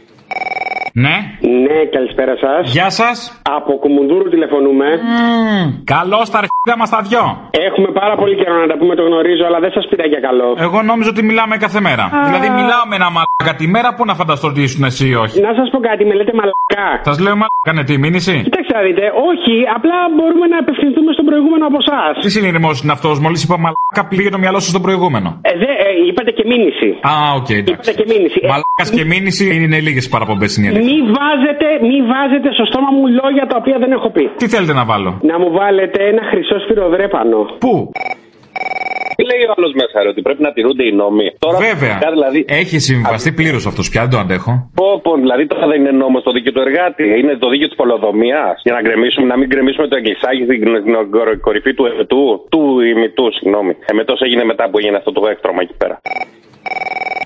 Ναι.
Ναι, καλησπέρα σας.
Γεια σας.
Από Κουμουνδούρου τηλεφωνούμε.
Καλώς τα αρχίδια μας τα δυο.
Έχουμε πάρα πολύ καιρό να τα πούμε, το γνωρίζω, αλλά δεν σας πήρα για καλό.
Εγώ νόμιζα ότι μιλάμε κάθε μέρα. Δηλαδή μιλάω με ένα μαλάκα τη μέρα που να φανταστώ ότι ήσουν εσύ ή όχι.
Να σας πω κάτι, με λέτε μαλακά.
Σας λέω μαλάκα ναι, τι μήνυση.
Κοιτάξτε να δείτε, όχι, απλά μπορούμε να απευθυνθούμε στον προηγούμενο από εσάς.
Τι συνειδημό είναι αυτός, μόλις είπα μαλάκα πήγε το μυαλό σου στον προηγούμενο.
Ε, δε, ε, είπατε και μήνυση.
Α, οκ, εντάξει.
Είπατε και μήνυση. Ε, Ναι.
Μαλάκας και μήνυση είναι λίγες παραπομπές είναι η αλήθεια.
μη, βάζετε, μη βάζετε στο στόμα μου λόγια τα οποία δεν έχω πει.
Τι θέλετε να βάλω.
Να μου βάλετε ένα χρυσό σφυροδρέπανο.
Πού?
Τι λέει ο άλλος μέσα, ρε, ότι πρέπει να τηρούνται οι νόμοι. Τώρα,
Βέβαια.
Φυσικά, δηλαδή,
Έχει συμβιβαστεί πλήρως αυτός πια, δεν το αντέχω.
πω, πω, δηλαδή τώρα δεν είναι νόμος το δίκαιο του εργάτη, είναι το δίκαιο της πολεοδομίας. Για να, γκρεμίσουμε, να μην γκρεμίσουμε το εγκλισάκι στην κο- κο- κορυφή του εμετού, του ημιτού, συγγνώμη. Εμετό έγινε μετά που έγινε αυτό το έκτρωμα εκεί πέρα.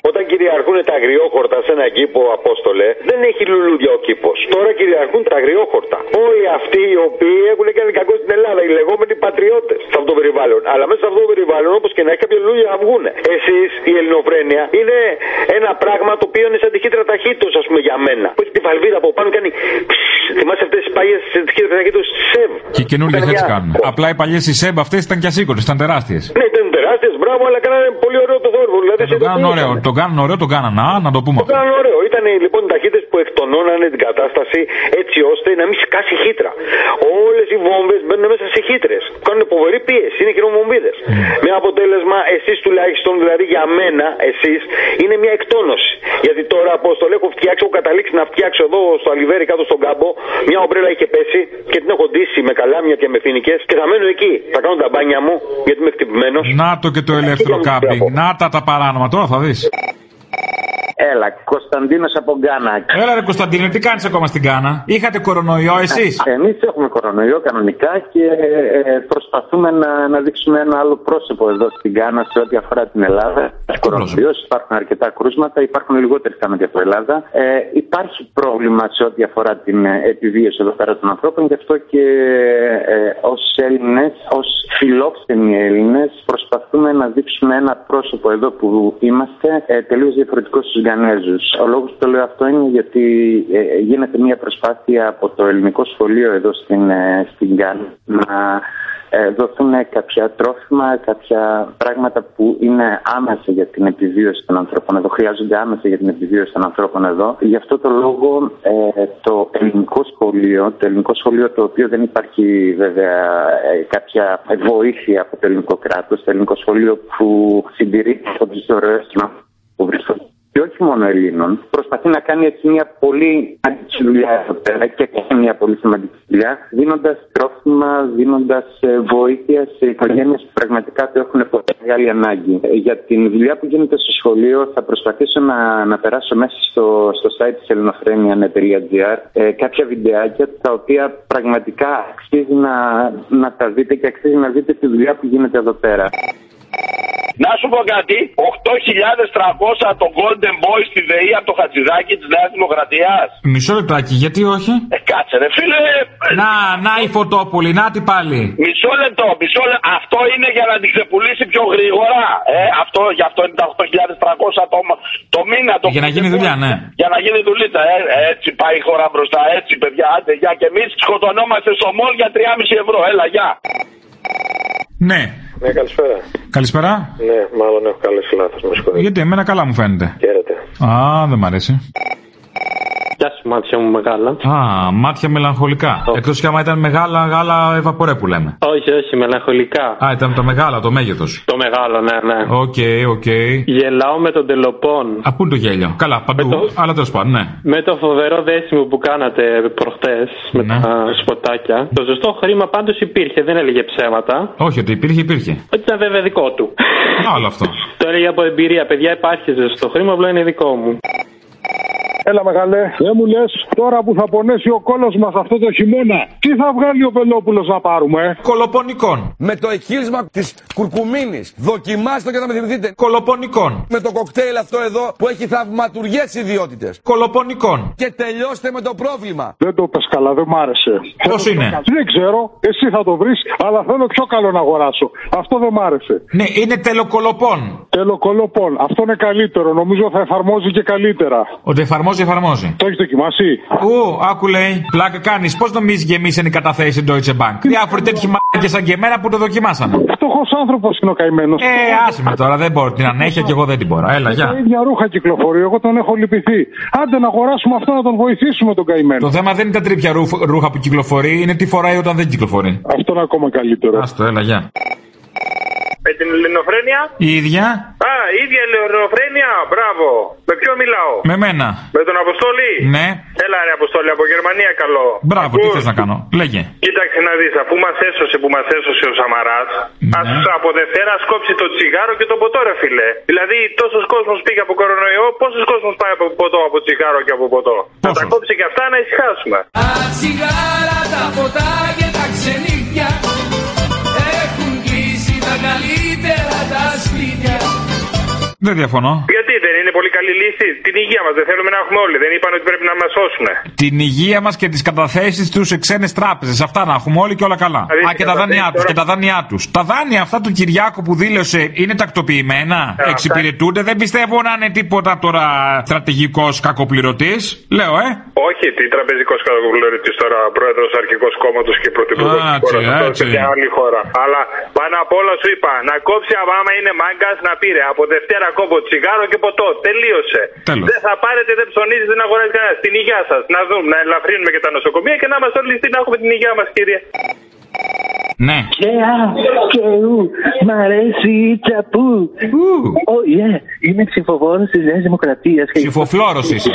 Όταν κυριαρχούν τα αγριόχορτα σε έναν κήπο, Απόστολε, δεν έχει λουλούδια ο κήπος. Τώρα κυριαρχούν τα αγριόχορτα. Όλοι αυτοί οι οποίοι έχουν κάνει κακό στην Ελλάδα, οι λεγόμενοι πατριώτες σε αυτό το περιβάλλον. Αλλά μέσα σε αυτό το περιβάλλον, όπως και να έχει, κάποια λουλούδια θα βγουν. Εσείς, η ελληνοφρένεια, είναι ένα πράγμα το οποίο είναι σαν τη χύτρα ταχύτητος, ας πούμε, για μένα. Που έχει τη βαλβίδα από πάνω κάνει. ψσσ. Θυμάσαι αυτέ τι παλιέ τη χύτρα ταχύτητο σεβ.
Και οι καινούριε
Ήταν
έτσι
μια-
κάνουν. Απλά οι παλιέ οι ΣΕΜ αυτέ ήταν και ασήκωτε, ήταν τεράστιε.
Ναι, ήταν τεράστιε, μπράβο, αλλά κάνανε πολύ ωραίο το δόρυβο. Δηλαδή,
Το κάνουν ωραίο, το κάνουν ωραίο, το κάνανε. Α, να το πούμε.
Το κάνανε ωραίο. Ήταν λοιπόν οι ταχύτητες που εκτονώνανε την κατάσταση έτσι ώστε να μην σκάσει χύτρα. Όλες οι βόμβες μπαίνουν μέσα σε χύτρες. Κάνουν φοβερή πίεση, είναι χειρομομπίδε. Με αποτέλεσμα, εσείς τουλάχιστον, δηλαδή για μένα, εσείς, είναι μια εκτόνωση. Γιατί τώρα, πώ το λέω, έχω φτιάξει, έχω καταλήξει να φτιάξω εδώ στο αλιβέρι κάτω στον κάμπο. Μια ομπρέλα είχε πέσει και την έχω ντύσει με καλάμια και με φοινικές και θα μένω εκεί. Θα κάνω τα μπάνια μου γιατί είμαι χτυπημένος.
Να το και το ελεύθερο κάμπινγκ. Να τα τα παράνομα, τώρα θα δεις.
Έλα, Κωνσταντίνος από Γκάνα.
Έλα ρε Κωνσταντίνε, τι κάνεις ακόμα στην Κάνα. Είχατε κορονοϊό εσείς.
Εμείς έχουμε κορονοϊό κανονικά και ε, προσπαθούμε να, να δείξουμε ένα άλλο πρόσωπο εδώ στην Κάνα σε ό,τι αφορά την Ελλάδα. Κορονοϊό, υπάρχουν αρκετά κρούσματα, υπάρχουν λιγότερε σαν από την Ελλάδας. Ε, υπάρχει πρόβλημα σε ό,τι αφορά την ε, επιβίωση εδώ πέρα των ανθρώπων, γι' αυτό και ε, ως Έλληνες, ως φιλόξενοι Έλληνες, προσπαθούμε να δείξουμε ένα πρόσωπο εδώ που είμαστε ε, τελείως διαφορετικό στους Γκανέζου. Ο λόγος που το λέω αυτό είναι γιατί ε, γίνεται μια προσπάθεια από το ελληνικό σχολείο εδώ στην, ε, στην Γκάνα να ε, δοθούν κάποια τρόφιμα, κάποια πράγματα που είναι άμεσα για την επιβίωση των ανθρώπων εδώ, χρειάζονται άμεσα για την επιβίωση των ανθρώπων εδώ. Γι' αυτό το λόγο ε, το ελληνικό σχολείο, το ελληνικό σχολείο το οποίο δεν υπάρχει βέβαια ε, κάποια βοήθεια από το ελληνικό κράτος, το ελληνικό σχολείο που συντηρεί από τις ωραίες που βρίσκονται και όχι μόνο Ελλήνων, προσπαθεί να κάνει έτσι μια πολύ σημαντική δουλειά εδώ πέρα και κάνει μια πολύ σημαντική δουλειά, δίνοντας τρόφιμα, δίνοντας ε, βοήθεια σε οικογένειες που πραγματικά το έχουν πολύ μεγάλη ανάγκη. Ε, Για την δουλειά που γίνεται στο σχολείο, θα προσπαθήσω να, να περάσω μέσα στο, στο site της ελληνοφρένια.gr ε, κάποια βιντεάκια τα οποία πραγματικά αξίζει να, να τα δείτε και αξίζει να δείτε τη δουλειά που γίνεται εδώ πέρα.
Να σου πω κάτι, 8.300 το Golden Boy στη ΔΕΗ από το Χατζηδάκι της Νέας Δημοκρατίας.
Μισό λεπτάκι, γιατί όχι.
Ε, κάτσε ρε φίλε.
Να, να η Φωτόπολη, να τι πάλι.
Μισό λεπτό, μισό λεπτό. Αυτό είναι για να την ξεπουλήσει πιο γρήγορα. Ε, αυτό, γι' αυτό είναι τα 8.300 το, μ- το μήνα. Το
Για να γίνει δουλειά, ναι.
Για να γίνει δουλίτσα. Ε, έτσι πάει η χώρα μπροστά. Έτσι, παιδιά, άντε, γεια. Και εμείς σκοτωνόμαστε στο μόλ για 3,5 ευρώ. Έλα, γεια.
Ναι.
Ναι, καλησπέρα.
Καλησπέρα.
Ναι, μάλλον έχω καλέσει λάθος, με συγχωρείτε.
Γιατί εμένα καλά μου φαίνεται.
Χαίρετε.
Α, δεν μ' αρέσει.
Γεια σου, μάτια μου μεγάλα.
Α, μάτια μελαγχολικά. Εκτό κι άμα ήταν μεγάλα γάλα ευαπορέ που λέμε.
Όχι, όχι, μελαγχολικά.
Α, ήταν τα μεγάλα, το μέγεθος.
Το μεγάλο, ναι, ναι.
Οκ, οκ.
Γελάω με τον τελοπών.
Α, πού είναι το γέλιο. Καλά, παντού. Αλλά τέλος πάντων, ναι.
Με το φοβερό δέσιμο που κάνατε προχτές με
Ναι.
τα σποτάκια. Το ζωστό χρήμα πάντως υπήρχε, δεν έλεγε ψέματα.
Όχι, ότι υπήρχε, υπήρχε.
Ότι ήταν βέβαια δικό του.
Άλλο αυτό.
Το έλεγε από εμπειρία, παιδιά, υπάρχει ζωστό χρήμα, απλά είναι δικό μου.
Έλα μεγάλε, δεν Ε, μου λες τώρα που θα πονέσει ο κόλος μας αυτό το χειμώνα, τι θα βγάλει ο Πελόπουλος να πάρουμε, ε?
Κολοπονικών.
Με το εκχείρισμα της κουρκουμίνης. Δοκιμάστε και θα με θυμηθείτε.
Κολοπονικών.
Με το κοκτέιλ αυτό εδώ που έχει θαυματουργές ιδιότητες.
Κολοπονικών.
Και τελειώστε με το πρόβλημα.
Δεν το πες καλά, δεν μ' άρεσε.
Πώς είναι?
Δεν ξέρω, εσύ θα το βρεις, αλλά θέλω πιο καλό να αγοράσω. Αυτό δεν μ' άρεσε.
Ναι, είναι τελοκολοπών.
Τελοκολοπών, αυτό είναι καλύτερο, νομίζω θα εφαρμόζει και καλύτερα.
Ότι εφαρμόζει, εφαρμόζει.
Το έχεις δοκιμάσει.
Ου, άκου λέει. Πλάκα κάνεις. Πώς νομίζεις και εμείς είναι η καταθέση Deutsche Bank. Διάφοροι τέτοιοι μάκε σαν και εμένα που το δοκιμάσανε.
Φτωχός άνθρωπος είναι ο καημένος.
Ε, άσε με τώρα, δεν μπορώ. Την ανέχεια και εγώ δεν την μπορώ. Έλα,
Τα
γεια.
ίδια ρούχα κυκλοφορεί, εγώ τον έχω λυπηθεί. Άντε να αγοράσουμε αυτό να τον βοηθήσουμε τον καημένο.
Το θέμα δεν είναι τα τρίπια ρούφ- ρούχα που κυκλοφορεί, είναι τι φοράει όταν δεν κυκλοφορεί.
Αυτό είναι ακόμα καλύτερο.
Άστο, έλα, γεια.
Με την ελληνοφρένεια.
Η ίδια
Α, η ίδια ελληνοφρένεια. Μπράβο. Με ποιο μιλάω.
με μένα.
Με τον Αποστόλη.
Ναι.
Έλα ρε Αποστόλη, από Γερμανία καλό.
Μπράβο, τι
Ακούς?
θες να κάνω. Λέγε.
Κοίταξε να δεις, αφού μας έσωσε που μας έσωσε ο Σαμαράς,
Ναι.
ας από Δευτέρα σκόψει το τσιγάρο και το ποτό ρε φίλε. Δηλαδή τόσος κόσμος πήγε από κορονοϊό, πόσος κόσμος πάει από ποτό, από τσιγάρο και από ποτό. Να τα κόψει και αυτά να ησυχάσουμε.
Τα τσιγάρα, τα ποτά και τα ξενύχια Έχουν κλείσει τα καλύτερα τα σπίτια
Δεν διαφωνώ.
Γιατί δεν είναι πολύ καλή λύση, την υγεία μας δεν θέλουμε να έχουμε όλοι, δεν είπαν ότι πρέπει να μας σώσουν.
Την υγεία μας και τις καταθέσεις τους σε ξένες τράπεζες. Αυτά να έχουμε όλοι και όλα καλά.
Δηλαδή,
Α, και τα δάνειά του. Και τα δάνειά τους. Τα δάνεια αυτά του Κυριάκου που δήλωσε είναι τακτοποιημένα.
αυτά-
Εξυπηρετούνται. Δεν πιστεύω να είναι τίποτα τώρα στρατηγικός κακοπληρωτής. Λέω, ε.
Όχι, τι τραπεζικός κατακοπλωρητή τώρα, πρόεδρο αρχικός κόμματος και πρωθυπουργός τη
Α,
χώρας.
έτσι,
Αυτό
έτσι.
σε μια άλλη χώρα. Αλλά πάνω απ' όλα σου είπα, να κόψει άμα είναι μάγκας να πήρε. Από Δευτέρα κόβω τσιγάρο και ποτό. Τελείωσε.
Τέλος.
Δεν θα πάρετε, δεν ψωνίζει, δεν αγοράζει κανένα. Την υγεία σας. Να δούμε, να ελαφρύνουμε και τα νοσοκομεία και να είμαστε όλοι στην να έχουμε την υγεία μας, κύριε.
Ναι.
Και α, και ου, μ' αρέσει η τσαπού Ω, yeah, είμαι ψηφοφόρος της Νέας Δημοκρατίας και-
Ψηφοφλόρος είσαι.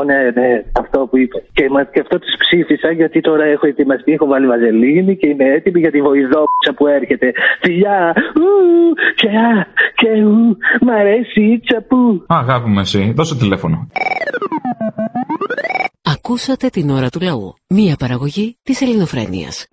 Ω, ναι, ναι, αυτό που είπες Και, μα, και αυτό τους ψήφισα γιατί τώρα έχω ετοιμαστεί, έχω βάλει βαζελίνη και είμαι έτοιμη για τη βοηδόψα που έρχεται Φιλιά, ου, και α, και ου, μ' αρέσει η τσαπού
Α, αγάπη μου εσύ. Δώσε τηλέφωνο.
Ακούσατε την ώρα του λαού. Μία παραγωγή της ελληνοφρένειας.